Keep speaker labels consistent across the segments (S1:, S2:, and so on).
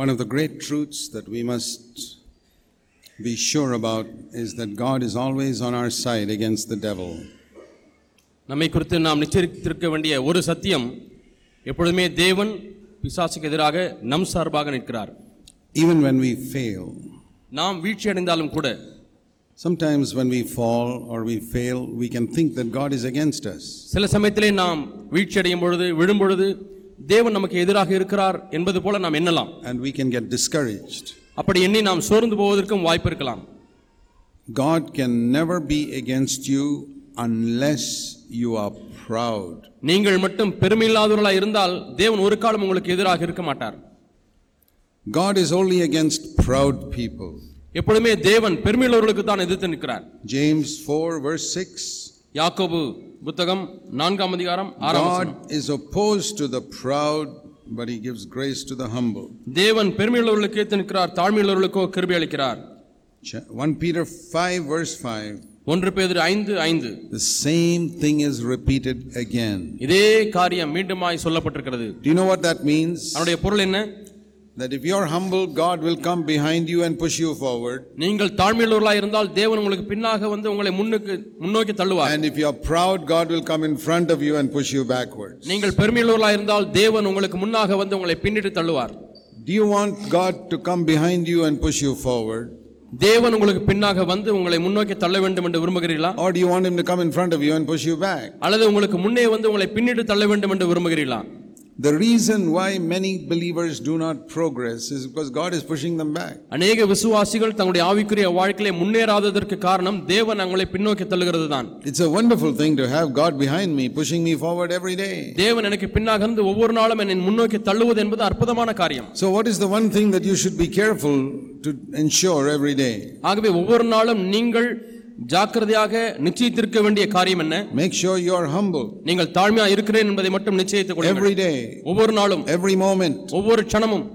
S1: One of the great truths that we must be sure about is that God is always on our side against the devil.
S2: நம்மை குறித்து நாம் நிச்சயித்திருக்க வேண்டிய ஒரு சத்தியம் எப்பொழுதுமே தேவன் பிசாசுக்கு எதிராக நம் சார்பாக நிற்கிறார்
S1: Even when we fail,
S2: நாம் வீழ்ச்சி அடைந்தாலும் கூட
S1: sometimes when we fall or we fail, we can think that God is against us.
S2: சில சமயத்திலே நாம் வீழ்ச்சி அடையும் பொழுது விழும் பொழுது தேவன் நமக்கு எதிராக இருக்கிறார் என்பது போல நாம் எண்ணலாம்
S1: And we can get discouraged.
S2: அப்படி எண்ணி நாம் சோர்ந்து போவதற்கும் வாய்ப்பு இருக்கலாம்
S1: God can never be against you unless you are proud.
S2: நீங்கள் மட்டும் பெருமையில்லாதவர்களாக இருந்தால் தேவன் ஒரு காலம் உங்களுக்கு எதிராக இருக்க மாட்டார்
S1: God is only against proud people.
S2: எப்பொழுதுமே தேவன் பெருமையுள்ளவர்களுக்கு தான் எதிர்த்து நிற்கிறார்
S1: James 4, verse 6.
S2: யாக்கோபு புத்தகம் நான்காம் அதிகாரம் ஆறாம் வசனம்.
S1: God is opposed to the proud, but he gives grace to the humble.
S2: தேவன் பெருமையுள்ளவர்களுக்கு எதிர்த்து நிற்கிறார் தாழ்மையுள்ளவர்களுக்கோ கிருபை அளிக்கிறார்
S1: Ch- 1 Peter 5, verse 5.
S2: ஒன்று பேதுரு ஐந்து ஐந்து
S1: The same thing is repeated again.
S2: இதே காரியம் மீண்டுமாய் சொல்லப்பட்டிருக்கிறது
S1: Do you know what that means?
S2: அதனுடைய பொருள் என்ன
S1: That if you're humble, God will come behind you and push you forward.
S2: நீங்கள் தாழ்மையுள்ளவர்களாக இருந்தால் தேவன் உங்களுக்கு பின்னாக வந்து உங்களை முன்னுக்கு முன்னோக்கி தள்ளுவார்
S1: And if you're proud, God will come in front of you and push you backwards.
S2: நீங்கள் பெருமையுள்ளவர்களாக இருந்தால் தேவன் உங்களுக்கு முன்னாக வந்து உங்களை பின்னிட்டு தள்ளுவார்
S1: Do you want God to come behind you and push you forward?
S2: தேவன் உங்களுக்கு பின்னாக வந்து உங்களை முன்னோக்கி தள்ள வேண்டும் என்று விரும்புகிறீர்களா
S1: Or do you want Him to come in front of you and push you back?
S2: அல்லது உங்களுக்கு முன்னே வந்து உங்களை பின்னிட்டு தள்ள வேண்டும் என்று விரும்புகிறீர்களா
S1: The reason why many believers do not progress is because God is pushing them back.
S2: அநேக விசுவாசிகள் தங்களுடைய ஆவிக்குரிய வாழ்க்கையிலே முன்னேறாததற்கு காரணம் தேவன் அவங்களை பின்னோக்கி தள்ளுகிறது தான்
S1: It's a wonderful thing to have God behind me, pushing me forward every day.
S2: தேவன் எனக்கு பின்னாக இருந்து ஒவ்வொரு நாளும் என்னை முன்னோக்கி தள்ளுவது என்பது அற்புதமான காரியம்
S1: So, what is the one thing that you should be careful to ensure every day?
S2: ஆகவே ஒவ்வொரு நாளும் நீங்கள் ஜாக்கிரதையாக நிச்சயித்திருக்க வேண்டிய காரியம் என்ன
S1: Make sure you are humble
S2: நீங்கள் தாழ்மையா இருக்கிறேன் என்பதை மட்டும் நிச்சயித்துக் கொள்ளுங்கள்
S1: every day,
S2: ஒவ்வொரு நாளும்
S1: every moment.
S2: ஒவ்வொரு க்ஷணமும்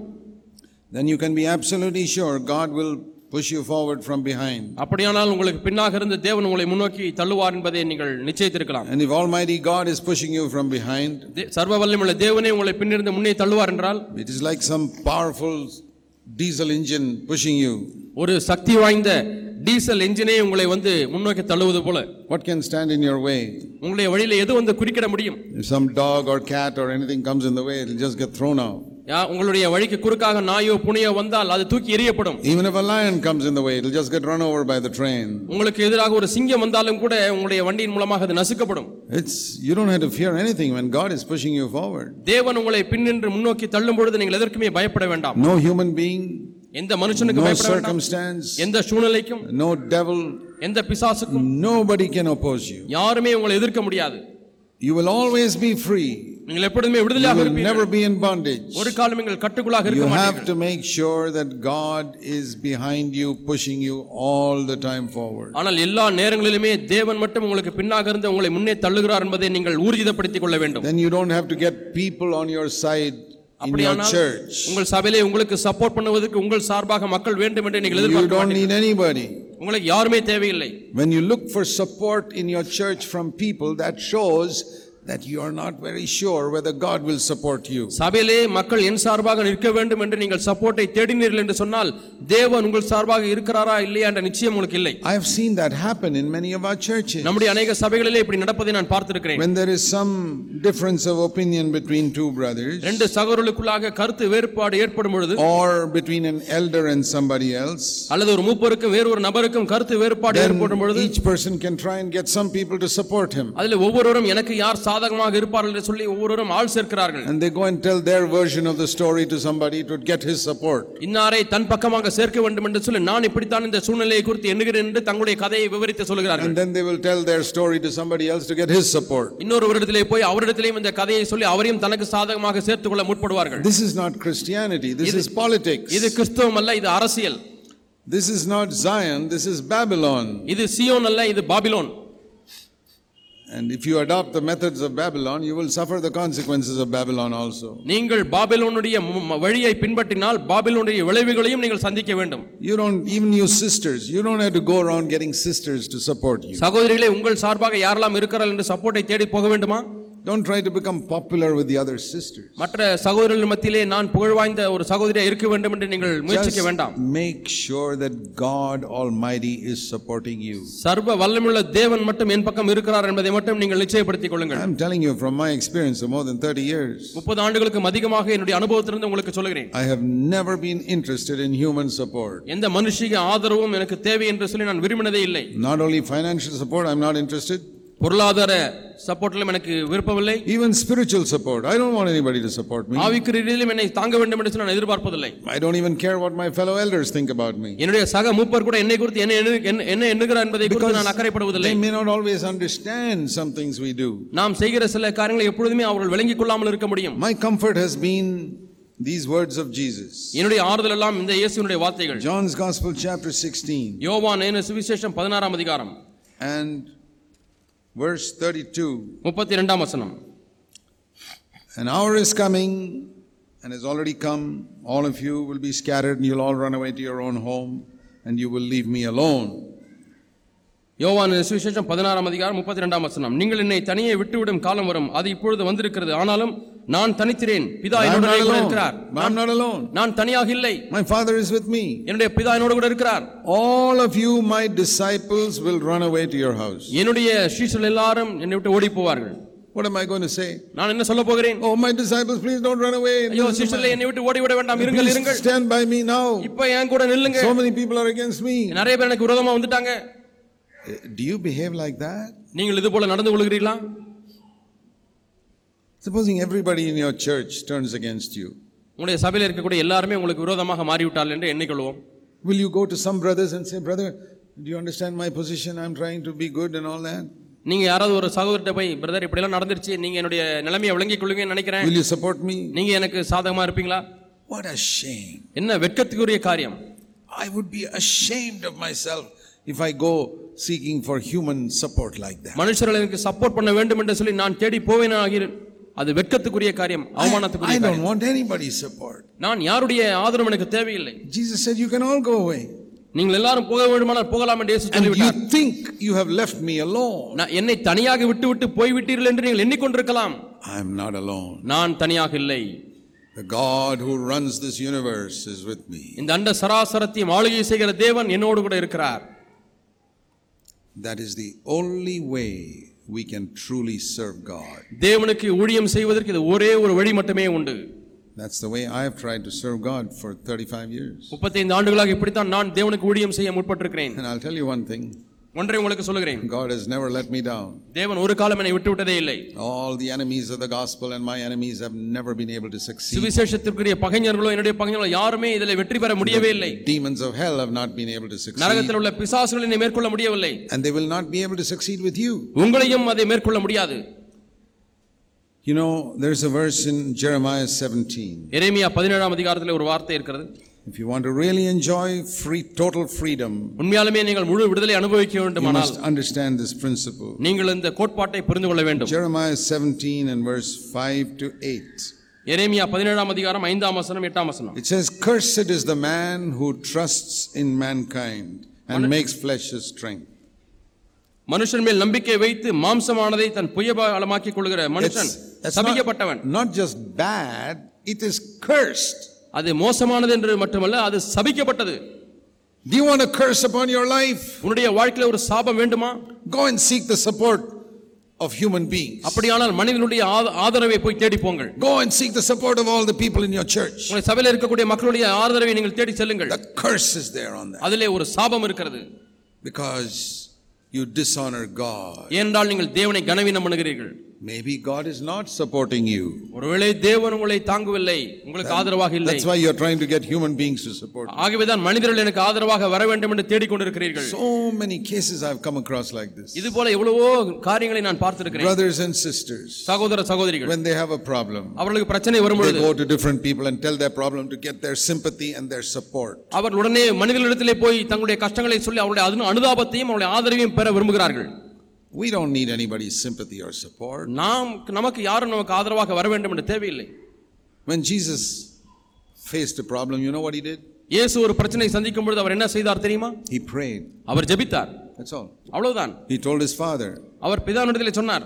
S1: Then you can be absolutely sure God will push you forward from behind.
S2: அப்படியானால் உங்களுக்கு பின்னாக இருந்து தேவன் உங்களை முன்னோக்கி தள்ளுவார் என்பதை நீங்கள் நிச்சயித்திருக்கலாம்
S1: And if Almighty God is pushing you from behind,
S2: தே- சர்வ வல்லமையுள்ள தேவனே உங்களை பின்னிருந்து முன்னே தள்ளுவார் என்றால்
S1: it is like some powerful diesel engine pushing you.
S2: ஒரு சக்தி வாய்ந்த டீசல் என்ஜினே உங்களை வந்து முன்னோக்கி தள்ளுவது போல
S1: What can stand in your way?
S2: உங்களுடைய வழியில எது வந்து குறுக்கிட முடியும்
S1: If some dog or cat or anything comes in the way, it'll just get thrown out.
S2: யா- உங்களுடைய வழிக்கு குறுக்காக நாயோ புனியோ வந்தால் அது தூக்கி எறியப்படும்
S1: Even if a lion comes in the way, it'll just get run over by the train.
S2: உங்களுக்கு எதிராக ஒரு சிங்கம் வந்தாலும் கூட உங்களுடைய வண்டியின் மூலமாக அது நசுக்கப்படும்
S1: It's you don't have to fear anything when God is pushing you forward.
S2: தேவன் உங்களை பின்னின்று முன்னோக்கி தள்ளும் பொழுது நீங்கள் எதற்குமே பயப்பட வேண்டாம்
S1: No human being,
S2: எந்த மனுஷனுக்கு
S1: no
S2: பயப்பட வேண்டாம்
S1: circumstance,
S2: எந்த சூழ்நிலைக்கும்
S1: no devil,
S2: எந்த பிசாசுக்கும்
S1: nobody can oppose you.
S2: யாருமே உங்களை எதிர்க்க முடியாது
S1: You will always be free.
S2: நீங்கள் எப்பொழுதுமே
S1: You
S2: விடுதலையாக
S1: will
S2: இருப்பீர்கள்
S1: never be in bondage.
S2: ஒரு காலம் நீங்கள் கட்டுக்குள்ளாக
S1: You
S2: இருக்க
S1: have
S2: மாட்டீர்கள்
S1: to make sure that God is behind you, pushing you all the time forward.
S2: ஆனால் எல்லா நேரங்களிலுமே தேவன் மட்டும் உங்களுக்கு பின்னாக இருந்து உங்களை முன்னே தள்ளுகிறார் என்பதை நீங்கள் ஊர்ஜிதப்படுத்திக் கொள்ள வேண்டும்
S1: Then you don't have to get people on your side in your
S2: அப்படியானால்
S1: church.
S2: உங்கள் சபையிலே உங்களுக்கு சப்போர்ட் பண்ணுவதற்கு உங்கள் சார்பாக மக்கள் வேண்டும் என்று நீங்கள்
S1: You
S2: எதிர்பார்க்க
S1: don't
S2: மாட்டீர்கள்
S1: need anybody.
S2: உங்களுக்கு யாருமே தேவையில்லை
S1: When you look for support in your church from people, that shows that you are not very sure whether God will support you.
S2: சபையிலே மக்கள் என் சார்பாக நிற்க வேண்டும் என்று நீங்கள் சப்போர்ட்டை தேடினீர்கள் என்று சொன்னால் தேவன் உங்கள் சார்பாக இருக்கிறாரா இல்லையா என்ற நிச்சயம் உங்களுக்கு இல்லை
S1: I have seen that happen in many of our churches.
S2: நம்முடைய அநேக சபைகளிலே இப்படி நடப்பதை நான் பார்த்திருக்கிறேன்
S1: When there is some difference of opinion between two brothers
S2: ரெண்டு சகோதரர்களுக்குள்ளாக கருத்து வேறுபாடு ஏற்படும் பொழுது
S1: or between an elder and somebody else,
S2: அல்லது ஒரு மூப்பருக்கும் வேறு ஒரு நபருக்கும் கருத்து வேறுபாடு
S1: then
S2: ஏற்படும் பொழுது
S1: each person can try and get some people to support him.
S2: அதில் ஒவ்வொருவரும் எனக்கு யார் சாதகமாக இருப்பார்கள் என்று சொல்லி ஒவ்வொருவரும் ஆள் சேர்க்கிறார்கள்
S1: And they go and tell their version of the story to somebody to get his support.
S2: இன்னாரை தன் பக்கமாக சேர்க்க வேண்டும் என்று சொல்லி நான் இப்படித்தான் இந்த சூழ்நிலையை குறித்து எண்ணுகிறேன் என்று தங்களுடைய கதையை விவரித்து சொல்கிறார்கள்
S1: And then they will tell their story to somebody else to get his support.
S2: இன்னொரு ஒரு இடத்திலே போய் அவரிடத்திலேயும் இந்த கதையை சொல்லி அவரையும் தனக்கு சாதகமாக சேர்த்துக் கொள்ள முற்படுவார்கள்
S1: This is not Christianity, this is politics.
S2: இது கிறிஸ்தவம் அல்ல இது அரசியல்
S1: This is not Zion, this is Babylon.
S2: இது சியோன் அல்ல இது Babylon
S1: And if you adopt the methods of Babylon, you will suffer the consequences of Babylon also.
S2: நீங்கள் பாபிலோனுடைய மு- ம- வழியை பின்பற்றினால் பாபிலோனுடைய விளைவுகளையும் நீங்கள் சந்திக்க வேண்டும்
S1: You don't, even you sisters, you don't have to go around getting sisters to support you.
S2: சகோதரிகளே உங்கள் சார்பாக யாரெல்லாம் இருக்கிறார்கள் என்று சப்போர்ட்டை தேடி போக வேண்டுமா
S1: Don't try to become popular with the other sisters.
S2: மற்ற சகோதரர்கள் மத்தியிலே நான் புகழ் வாய்ந்த ஒரு சகோதரியா இருக்க வேண்டும் என்று நீங்கள் முயற்சிக்க வேண்டாம்
S1: Just make sure that God Almighty is supporting you.
S2: சர்வ வல்லமுள்ள தேவன் மட்டும் என் பக்கம் இருக்கிறார் என்பதை மட்டும் நீங்கள் நிச்சயப்படுத்திக் கொள்ளுங்கள்
S1: I'm telling you from my experience of more than 30 years,
S2: முப்பது ஆண்டுகளுக்கும் அதிகமாக என்னுடைய அனுபவத்திலிருந்து உங்களுக்கு சொல்கிறேன்
S1: I have never been interested in human support.
S2: எந்த மனுஷிக ஆதரவும் எனக்கு தேவை என்று சொல்லி நான் விரும்பினதே இல்லை
S1: Not only financial support, I'm not interested.
S2: பொருளாதார சப்போர்ட்லும் எனக்கு விருப்பமில்லை
S1: Even spiritual support, I don't want anybody to support me.
S2: ஆவிக்கு ரீதியிலும் என்னை தாங்க வேண்டும் என்று சொல்லி நான் எதிர்பார்ப்பதில்லை
S1: I don't even care what my fellow elders think about me.
S2: என்னுடைய சக மூப்பர் கூட என்னை குறித்து என்ன எண்ணு- என்ன- என்ன எண்ணுகிறார் என்பதை குறித்து நான் அக்கறைப்படுவதில்லை
S1: They may not always understand some things we do.
S2: நாம் செய்கிற சில காரியங்களை எப்பொழுதுமே அவர்கள் விளங்கிக் கொள்ளாமல் இருக்க முடியும்
S1: My comfort has been these words of Jesus.
S2: என்னுடைய ஆறுதல் எல்லாம் இந்த இயேசுனுடைய வார்த்தைகள்
S1: John's Gospel, chapter 16,
S2: யோவான் ஏன சுவிசேஷம் பதினாறாம் அதிகாரம்
S1: and verse 32.
S2: முப்பத்தி இரண்டாம் வசனம்
S1: An hour is coming and has already come. All of you will be scattered and you'll all run away to your own home and you will leave me alone.
S2: யோவான் சுவிசேஷம் பதினாறாம் அதிகாரம் முப்பத்தி ரெண்டாம் வசனம் நீங்கள் என்னை தனியே விட்டுவிடும் காலம் வரும் அது இப்பொழுது வந்திருக்கிறது ஆனாலும் நான் தனித்திரேன் பிதா
S1: But I'm
S2: என்னோட
S1: not
S2: கூட
S1: alone.
S2: இருக்கிறார்
S1: But I'm not alone.
S2: நான் தனியாக இல்லை
S1: My Father is with me.
S2: என்னுடைய பிதா என்னோட கூட இருக்கிறார்
S1: All of you, my disciples, will run away to your house.
S2: என்னுடைய சீசல் எல்லாரும் என்னை விட்டு ஓடி போவார்கள்
S1: What am I going to say?
S2: நான் என்ன சொல்ல போகிறேன்
S1: Oh, my disciples, please don't run away.
S2: ஐயோ சீசல்ல என்னை விட்டு ஓடிவிட வேண்டாம் இருங்கள்
S1: Please
S2: இருங்கள்
S1: stand by me now.
S2: இப்ப என் கூட நில்லுங்க
S1: So many people are against me.
S2: நிறைய பேர் எனக்கு விரோதமா வந்துட்டாங்க
S1: Uh, Do you behave like that?
S2: நீங்கள் இது போல நடந்து கொள்கிறீர்களா
S1: Supposing everybody in your church turns against you.
S2: உங்களுடைய சபையில் இருக்கக்கூடிய எல்லாருமே உங்களுக்கு விரோதமாக மாறிவிட்டார்கள் என்று எண்ணிக்கொள்வோம்
S1: Will you go to some brothers and say, Brother, do you understand my position? I'm trying to be good and all that.
S2: நீங்க யாராவது ஒரு சகோதரர்கிட்ட போய் பிரதர் இப்படி எல்லாம் நடந்துருச்சு நீங்க என்னுடைய நிலைமையை விளங்கிக் கொள்ளுங்கன்னு நினைக்கிறேன்
S1: Will you support me?
S2: நீங்க எனக்கு சாதகமா இருப்பீங்களா
S1: What a shame.
S2: என்ன வெட்கத்துக்குரிய காரியம்
S1: I would be ashamed of myself if I go seeking for human support like that.
S2: மனுஷர்கள் எனக்கு சப்போர்ட் பண்ண வேண்டும் என்று சொல்லி நான் தேடி போவேன் ஆகிறேன் அது வெட்கத்துக்குரிய காரியம்
S1: I
S2: அவமானத்துக்குரிய
S1: don't
S2: காரியம்
S1: want anybody's support.
S2: நான் யாருடைய ஆதரவும் எனக்கு தேவையில்லை
S1: Jesus said, You can all go away.
S2: நீங்கள் எல்லாரும் போக வேண்டுமானால் போகலாம் என்று இயேசு
S1: And you
S2: சொல்லிவிட்டார்
S1: think you have left me alone.
S2: நான் என்னை தனியாக விட்டு விட்டு போய்விட்டீர்கள் என்று நீங்கள் எண்ணிக்கொண்டிருக்கலாம்
S1: I'm not alone.
S2: நான் தனியாக இல்லை
S1: The God who runs this universe is with me.
S2: இந்த அண்ட சராசரத்தையும் ஆளுகை செய்கிற தேவன் என்னோடு கூட இருக்கிறார்
S1: That is the only way we can truly serve God.
S2: தேவனுக்கு ஊழியம் செய்வதற்கு இது ஒரே ஒரு வழி மட்டுமே உண்டு
S1: That's the way I have tried to serve God for 35 years.
S2: முப்பத்தைந்து ஆண்டுகளாக இப்படித்தான் நான் தேவனுக்கு ஊழியம் செய்ய முற்பட்டிருக்கிறேன்
S1: And I'll tell you one thing
S2: ஒன்றை உங்களுக்கு சொல்லுகிறேன்
S1: God has never let me down.
S2: தேவன் ஒரு காலம் என்னை விட்டு விட்டதே இல்லை
S1: All the enemies of the gospel and my enemies have never been able to succeed.
S2: சுவிசேஷத்திற்குரிய பகைஞர்களோ என்னுடைய பகைஞர்களோ யாருமே இதில் வெற்றி பெற முடியவே இல்லை
S1: Demons of hell have not been able to succeed.
S2: நரகத்தில் உள்ள பிசாசுகளை என்னை மேற்கொள்ள முடியவில்லை
S1: And they will not be able to succeed with you.
S2: உங்களையும் அதை மேற்கொள்ள முடியாது
S1: You know, there's a verse in Jeremiah 17.
S2: எரேமியா பதினேழாம் அதிகாரத்தில் ஒரு வார்த்தை இருக்கிறது
S1: If you want to really enjoy free, total freedom,
S2: உண்மையாலுமே நீங்கள் முழு விடுதலை அனுபவிக்க
S1: you
S2: வேண்டுமானால்
S1: must understand this principle.
S2: நீங்கள் இந்த கோட்பாட்டை புரிந்து கொள்ள வேண்டும்
S1: Jeremiah 17 and verse 5 to 8.
S2: எரேமியா பதினேழாம் அதிகாரம் ஐந்தாம் வசனம் எட்டாம் வசனம்
S1: It says, Cursed is the man who trusts in mankind and makes flesh his strength.
S2: மனுஷன் மேல் நம்பிக்கை வைத்து மாம்சமானதை தன் புயபலமாக்கிக் கொள்கிற மனுஷன் சபிக்கப்பட்டவன்
S1: not, not just bad, it is cursed.
S2: அது மோசமானது என்று மட்டுமல்ல அது சபிக்கப்பட்டது
S1: Do you want a curse upon your life?
S2: உன்னுடைய வாழ்க்கையில ஒரு சாபம் வேண்டுமா
S1: Go and seek the support of human beings.
S2: அப்படியானால் மனிதனுடைய ஆத- ஆதரவை போய் தேடி போங்கள்
S1: Go and seek the support of all the people in your church.
S2: உங்களுடைய சபையில் இருக்கக்கூடிய மக்களுடைய ஆதரவை நீங்கள் தேடி செல்லுங்கள்
S1: The curse is there on that
S2: அதிலே ஒரு சாபம் இருக்கிறது
S1: because you dishonor God.
S2: ஏனென்றால் நீங்கள் தேவனை கனவீனம் பண்ணுகிறீர்கள்
S1: Maybe God is not supporting you.
S2: ஒருவேளை தேவன் உங்களை தாங்கவில்லை உங்களுக்கு ஆதரவாக இல்லை
S1: That's why you're trying to get human beings to support you.
S2: ஆகவேதான் மனிதர்கள் எனக்கு ஆதரவாக வர வேண்டும் என்று தேடிக்கொண்டிருக்கிறீர்கள்
S1: So many cases I've come across like this.
S2: இது போல எவ்வளவோ காரியங்களை நான் பார்த்திருக்கிறேன்
S1: Brothers and sisters,
S2: சகோதர சகோதரிகள்
S1: when they have a problem,
S2: அவர்களுக்கு பிரச்சனை வரும்
S1: they
S2: பொழுது
S1: go to different people and tell their problem to get their sympathy and their support.
S2: அவர் உடனே மனிதர்களிடத்திலே போய் தங்களுடைய கஷ்டங்களை சொல்லி அவருடைய அனு- அனுதாபத்தையும் அவருடைய ஆதரவையும் பெற விரும்புகிறார்கள்
S1: We don't need anybody's sympathy or support.
S2: நாம் நமக்கு யாரும் நமக்கு ஆதரவாக வர வேண்டும் என்று தேவையில்லை
S1: When Jesus faced a problem, you know what he did?
S2: இயேசு ஒரு பிரச்சனை சந்திக்கும் பொழுது அவர் என்ன செய்தார் தெரியுமா
S1: He prayed.
S2: அவர் ஜெபித்தார்
S1: That's all.
S2: அவ்வளவுதான்
S1: He told his father,
S2: அவர் பிதாவினிடத்தில் சொன்னார்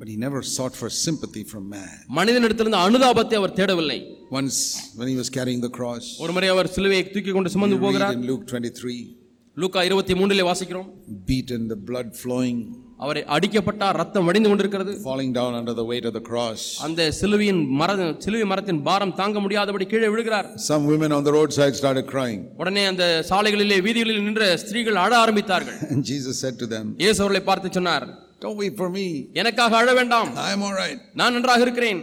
S1: But he never sought for sympathy from man.
S2: மனிதனிடத்திலிருந்து அனுதாபத்தை our தேடவில்லை
S1: Once, when he was carrying the cross,
S2: ஒரு முறை அவர் சிலுவையை தூக்கி கொண்டு சுமந்து
S1: you read
S2: போகிறார்
S1: in Luke 23,
S2: லூக்கா இருபத்தி மூன்றிலே வாசிக்கிறோம்
S1: beaten, the blood flowing,
S2: அவரை அடிக்கப்பட்டார் ரத்தம் வடிந்து கொண்டிருக்கிறது
S1: falling down under the weight of the cross.
S2: அந்த சிலுவையின் மர சிலுவை மரத்தின் பாரம் தாங்க முடியாதபடி கீழே விழுகிறார்
S1: Some women on the roadside started crying.
S2: உடனே அந்த சாலைகளிலே வீதிகளில் நின்ற ஸ்திரீகள் அழ ஆரம்பித்தார்கள்
S1: And Jesus said to them,
S2: இயேசு அவர்களை பார்த்து சொன்னார்
S1: Don't weep for me.
S2: எனக்காக அழ வேண்டாம்
S1: I'm all right.
S2: நான் நன்றாக இருக்கிறேன்